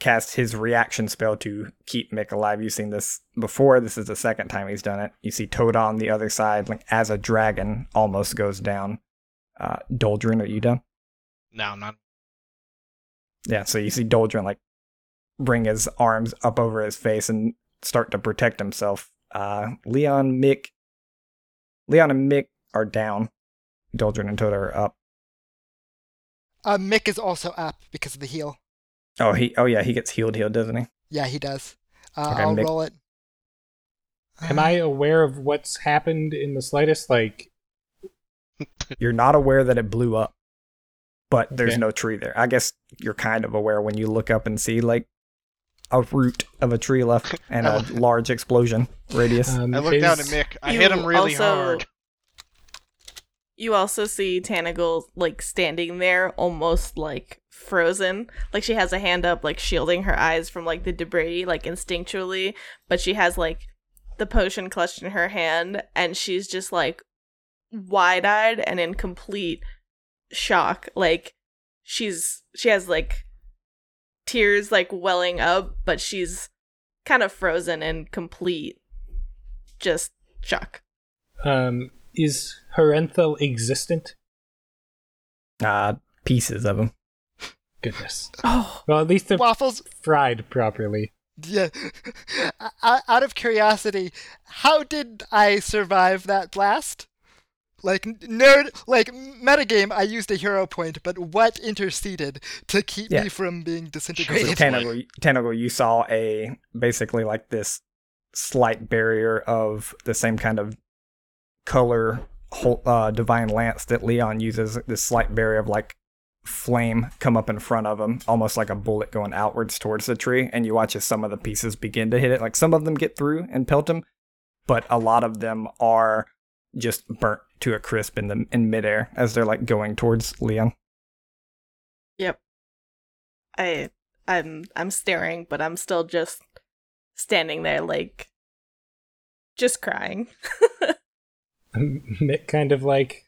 Speaker 2: cast his reaction spell to keep Mick alive. You've seen this before. This is the second time he's done it. You see Toad on the other side, like as a dragon almost goes down. Uh, Doldrin, are you done?
Speaker 8: no, I'm not.
Speaker 2: Yeah, so you see Doldrin like bring his arms up over his face and start to protect himself. Uh, Leon, Mick, Leon and Mick are down. Doldrin and Toad are up.
Speaker 7: uh, Mick is also up because of the heal.
Speaker 2: Oh, he. Oh yeah, he gets healed, healed, doesn't he?
Speaker 7: Yeah, he does. Uh,
Speaker 2: Okay,
Speaker 7: I'll
Speaker 2: Mick.
Speaker 7: roll it. Uh,
Speaker 3: Am I aware of what's happened in the slightest like
Speaker 2: You're not aware that it blew up, but there's
Speaker 3: Okay.
Speaker 2: no tree there. I guess you're kind of aware when you look up and see like a root of a tree left and a large explosion radius.
Speaker 3: um,
Speaker 8: I looked down at
Speaker 3: is-
Speaker 8: Mick. I
Speaker 4: You
Speaker 8: hit him really
Speaker 4: also-
Speaker 8: hard.
Speaker 4: You also see Tanagal like standing there almost like frozen. Like she has a hand up like shielding her eyes from like the debris like instinctually, but she has like the potion clutched in her hand and she's just like wide-eyed and in complete shock. Like she's she has like tears like welling up, but she's kind of frozen in complete just shock.
Speaker 3: Um, is Horenthel existent?
Speaker 2: Uh, pieces of him.
Speaker 3: Goodness.
Speaker 4: Oh,
Speaker 3: Well, at least they're
Speaker 7: Waffles.
Speaker 3: fried properly.
Speaker 7: Yeah. O- Out of curiosity, how did I survive that blast? Like nerd, like metagame, I used a hero point, but what interceded to keep
Speaker 2: Yeah.
Speaker 7: me from being
Speaker 2: So
Speaker 7: disintegrated?
Speaker 2: Tentacle, Tentacle, you saw a basically like this slight barrier of the same kind of color hol- uh, divine lance that Leon uses. This slight barrier of like flame come up in front of him, almost like a bullet going outwards towards the tree. And you watch as some of the pieces begin to hit it. Like some of them get through and pelt him, but a lot of them are just burnt to a crisp in the in midair as they're like going towards Leon.
Speaker 4: I I'm I'm staring, but I'm still just standing there like just crying.
Speaker 3: Mick kind of like,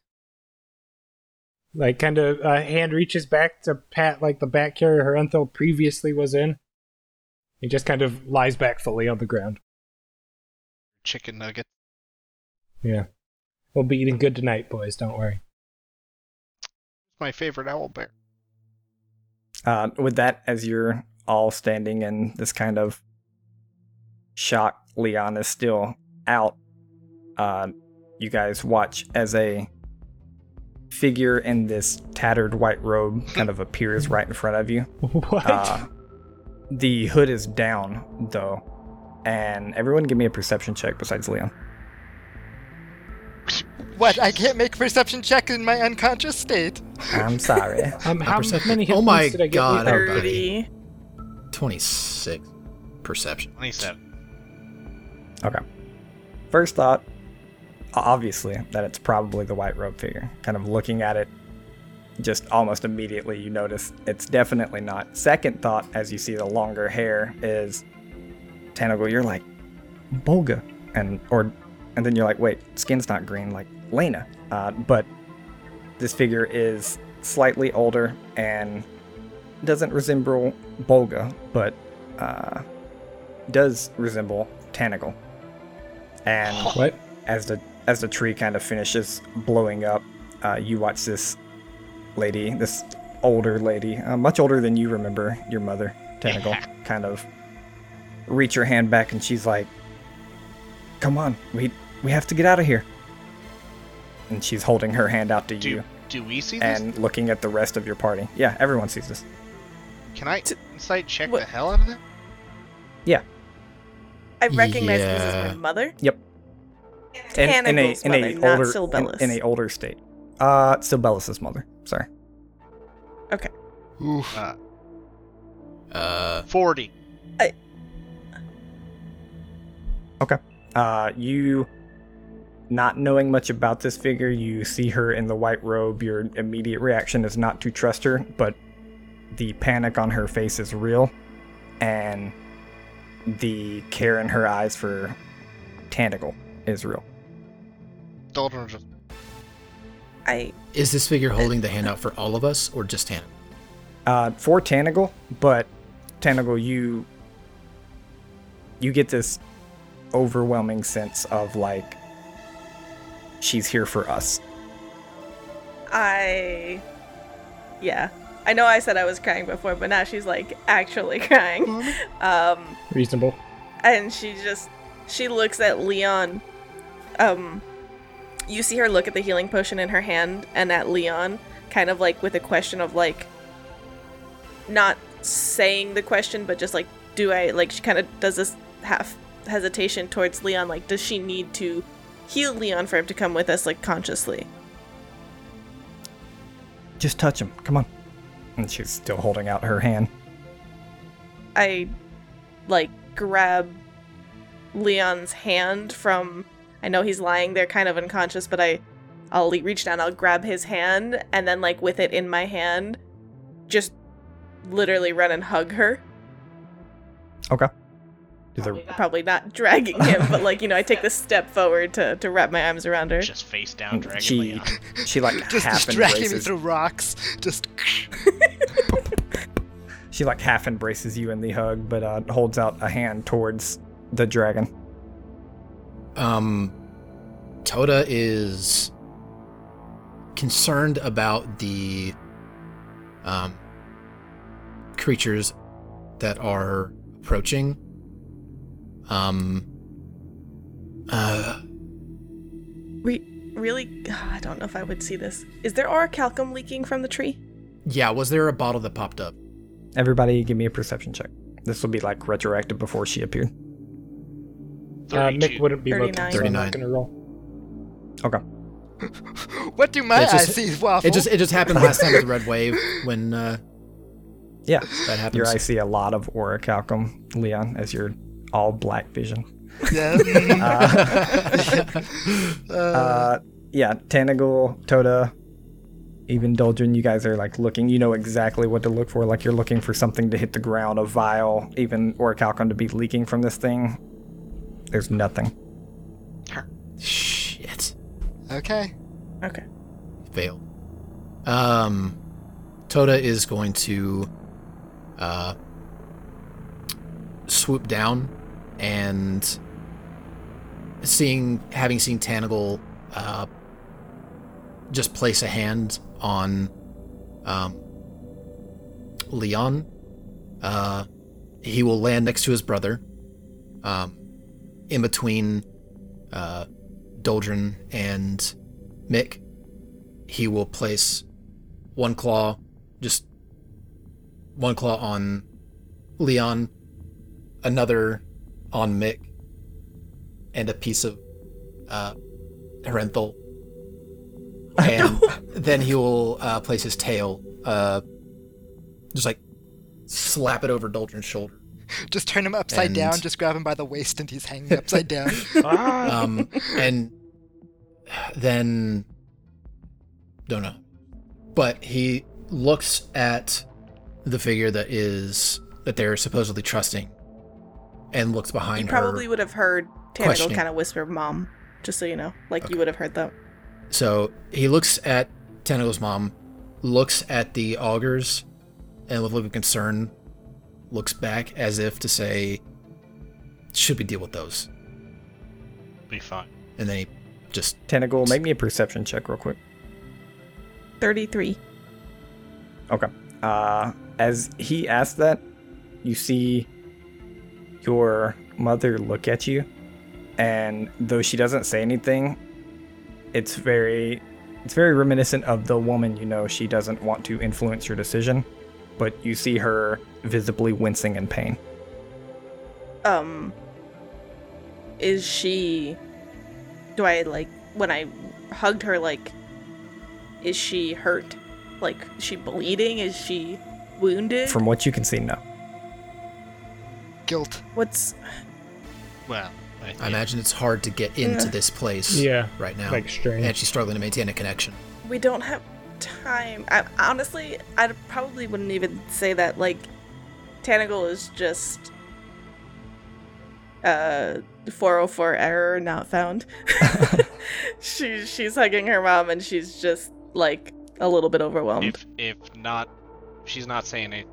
Speaker 3: like kind of uh, hand reaches back to pat like the back area Horenthel previously was in. He just kind of lies back fully on the ground.
Speaker 8: Chicken nugget.
Speaker 3: Yeah. We'll be eating good tonight, boys. Don't worry.
Speaker 8: My favorite owl bear.
Speaker 2: Uh, with that, as you're all standing in this kind of shock, Leon is still out. Uh, you guys watch as a figure in this tattered white robe kind of appears right in front of you.
Speaker 3: What?
Speaker 6: Ah,
Speaker 2: Uh, the hood is down, though. And everyone give me a perception check besides Leon.
Speaker 7: What? I can't make perception check in my unconscious state.
Speaker 2: I'm sorry.
Speaker 3: um,
Speaker 6: a
Speaker 3: how
Speaker 6: perception-
Speaker 3: many hit
Speaker 6: Oh my
Speaker 3: points did I get?
Speaker 6: God,
Speaker 3: Levi?
Speaker 6: I'm-
Speaker 4: Thirty.
Speaker 6: 26 perception.
Speaker 8: 27.
Speaker 2: Okay. First thought, o- obviously, that it's probably the white robe figure. Kind of looking at it, just almost immediately you notice it's definitely not. Second thought, as you see the longer hair, is Tanagal, you're like, Bolga. And or and then you're like, wait, skin's not green, like Lena. Uh, but this figure is slightly older and doesn't resemble Bolga, but uh, does resemble Tanagal. And
Speaker 3: What?
Speaker 2: as the as the tree kind of finishes blowing up, uh, you watch this lady, this older lady, uh, much older than you remember your mother, Tentacle, kind of reach her hand back, and she's like, "Come on, we we have to get out of here." And she's holding her hand out to
Speaker 8: Do
Speaker 2: you
Speaker 8: do we see this?
Speaker 2: and looking at the rest of your party. Yeah, everyone sees this.
Speaker 8: Can I insight check
Speaker 4: what-
Speaker 8: the hell out of that?
Speaker 4: I recognize this as
Speaker 6: Yeah.
Speaker 4: my mother.
Speaker 2: Yep. In, in a
Speaker 4: Tanagal's
Speaker 2: in
Speaker 4: mother,
Speaker 2: a
Speaker 4: not
Speaker 2: older in,
Speaker 4: Silbellus.
Speaker 2: in a older state. Uh, Silbellus's mother. Sorry.
Speaker 7: Oof.
Speaker 8: Uh,
Speaker 6: Uh,
Speaker 8: 40.
Speaker 2: Uh, you, not knowing much about this figure, you see her in the white robe. Your immediate reaction is not to trust her, but the panic on her face is real, and the care in her eyes for Tentacle is real.
Speaker 8: Dalton just
Speaker 4: I
Speaker 6: is this figure holding the hand out for all of us or just Hannah?
Speaker 2: uh, for Tanagal, but Tanagal, you you get this overwhelming sense of like she's here for us.
Speaker 4: I yeah. I know I said I was crying before, but now she's like actually crying. Um
Speaker 3: Reasonable.
Speaker 4: and she just she looks at Leon. Um you see her look at the healing potion in her hand and at Leon kind of like with a question of like not saying the question but just like do I like she kind of does this half hesitation towards Leon like does she need to heal Leon for him to come with us like consciously?
Speaker 2: Just touch him. Come on. And she's still holding out her hand.
Speaker 4: I like grab Leon's hand from I know he's lying there kind of unconscious, but I I'll le- reach down, I'll grab his hand and then like with it in my hand just literally run and hug her.
Speaker 2: Okay. Do the,
Speaker 4: Probably not dragging him, but like, you know, I take this step forward to to wrap my arms around her.
Speaker 8: just face down, dragging
Speaker 2: she
Speaker 8: Leon.
Speaker 2: she like
Speaker 7: Just
Speaker 2: half
Speaker 7: distracting me
Speaker 2: embraces
Speaker 7: through rocks. Just.
Speaker 2: she like half embraces you in the hug, but uh, holds out a hand towards the dragon.
Speaker 6: Um, Toda is concerned about the um, creatures that are approaching. Um, uh,
Speaker 4: Re- really Ah, I don't know if I would see this. Is there orichalcum leaking from the tree?
Speaker 6: yeah, was there a bottle that popped up?
Speaker 2: Everybody, give me a perception check. This will be like retroactive before she appeared.
Speaker 3: Uh, Mick
Speaker 8: 32.
Speaker 3: wouldn't be looking, so I'm
Speaker 6: 39.
Speaker 3: not gonna roll.
Speaker 2: Okay.
Speaker 7: What do my
Speaker 6: It's just-
Speaker 7: eyes see, Waffle?
Speaker 6: It just it just happened last time with the red wave when uh,
Speaker 2: Yeah.
Speaker 6: that happens.
Speaker 2: Your eyes see a lot of aura calcum, Leon, as your all black vision.
Speaker 7: Yeah, mm,
Speaker 6: uh,
Speaker 2: Uh, yeah, Tanagal, Toda, even Doldrin, you guys are like looking. You know exactly what to look for. Like you're looking for something to hit the ground, a vial, even aura calcum to be leaking from this thing. There's nothing.
Speaker 6: shit.
Speaker 7: okay.
Speaker 4: Okay.
Speaker 6: fail. Um, Toda is going to uh, swoop down and seeing having seen Tanagal uh, just place a hand on um, Leon. Uh, he will land next to his brother, um, in between uh, Doldrin and Mick. He will place one claw, just one claw on Leon, another on Mick, and a piece of uh, Herenthal. And then he will uh, place his tail, uh, just like slap it over Doldrin's shoulder.
Speaker 7: Just turn him upside
Speaker 6: And-
Speaker 7: down, just grab him by the waist, and he's hanging upside down.
Speaker 6: Um, and then don't know, but he looks at the figure that is that they're supposedly trusting, and looks
Speaker 4: You
Speaker 6: behind
Speaker 4: probably
Speaker 6: her.
Speaker 4: would have heard Tanagle
Speaker 6: Questioning.
Speaker 4: kind of whisper, "Mom," just so you know. Like
Speaker 6: Okay.
Speaker 4: you would have heard that.
Speaker 6: So he looks at Tentacle's mom, looks at the augers, and with a look of concern, looks back as if to say, "Should we deal with those?"
Speaker 8: Be fine.
Speaker 6: And then he just
Speaker 2: Tentacle, make me a perception check real quick.
Speaker 4: Thirty-three.
Speaker 2: Okay. Uh, as he asks that, you see your mother look at you, and though she doesn't say anything, it's very, it's very reminiscent of the woman you know. She doesn't want to influence your decision, but you see her visibly wincing in pain.
Speaker 4: Um, is she? Do I like when I hugged her? Like, is she hurt? Like, is she bleeding? Is she wounded?
Speaker 2: From what you can see, no.
Speaker 7: Guilt.
Speaker 4: What's?
Speaker 8: Well, I,
Speaker 6: I imagine it's hard to get into this place
Speaker 3: Yeah,
Speaker 6: right now.
Speaker 3: like strange.
Speaker 6: and she's struggling to maintain a connection.
Speaker 4: We don't have time. I honestly, I probably wouldn't even say that. Like, Tanagle is just uh 404 error not found. she she's hugging her mom and she's just like a little bit overwhelmed.
Speaker 8: If if not, she's not saying it.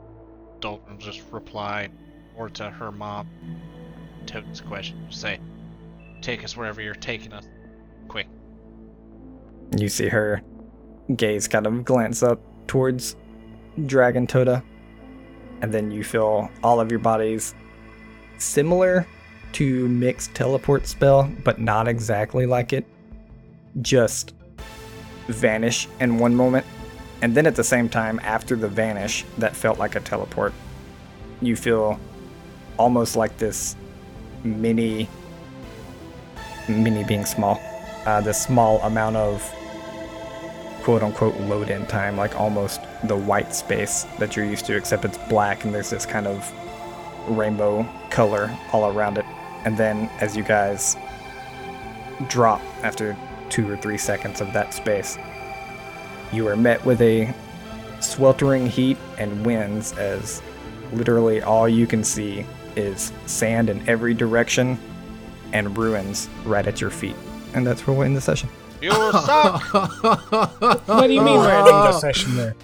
Speaker 8: Dalton just replied, or to her mom, Toten's question, just say, "Take us wherever you're taking us, quick."
Speaker 2: You see her gaze kind of glance up towards Dragon Toda, and then you feel all of your bodies similar to Mick's teleport spell, but not exactly like it, just vanish in one moment. And then at the same time, after the vanish that felt like a teleport, you feel almost like this mini, mini being small, uh, this small amount of quote unquote load in time, like almost the white space that you're used to, except it's black and there's this kind of rainbow color all around it. And then as you guys drop after two or three seconds of that space, you are met with a sweltering heat and winds as literally all you can see is sand in every direction and ruins right at your feet. And that's where we'll end the session.
Speaker 8: You suck.
Speaker 3: What do you mean we're ending the session there?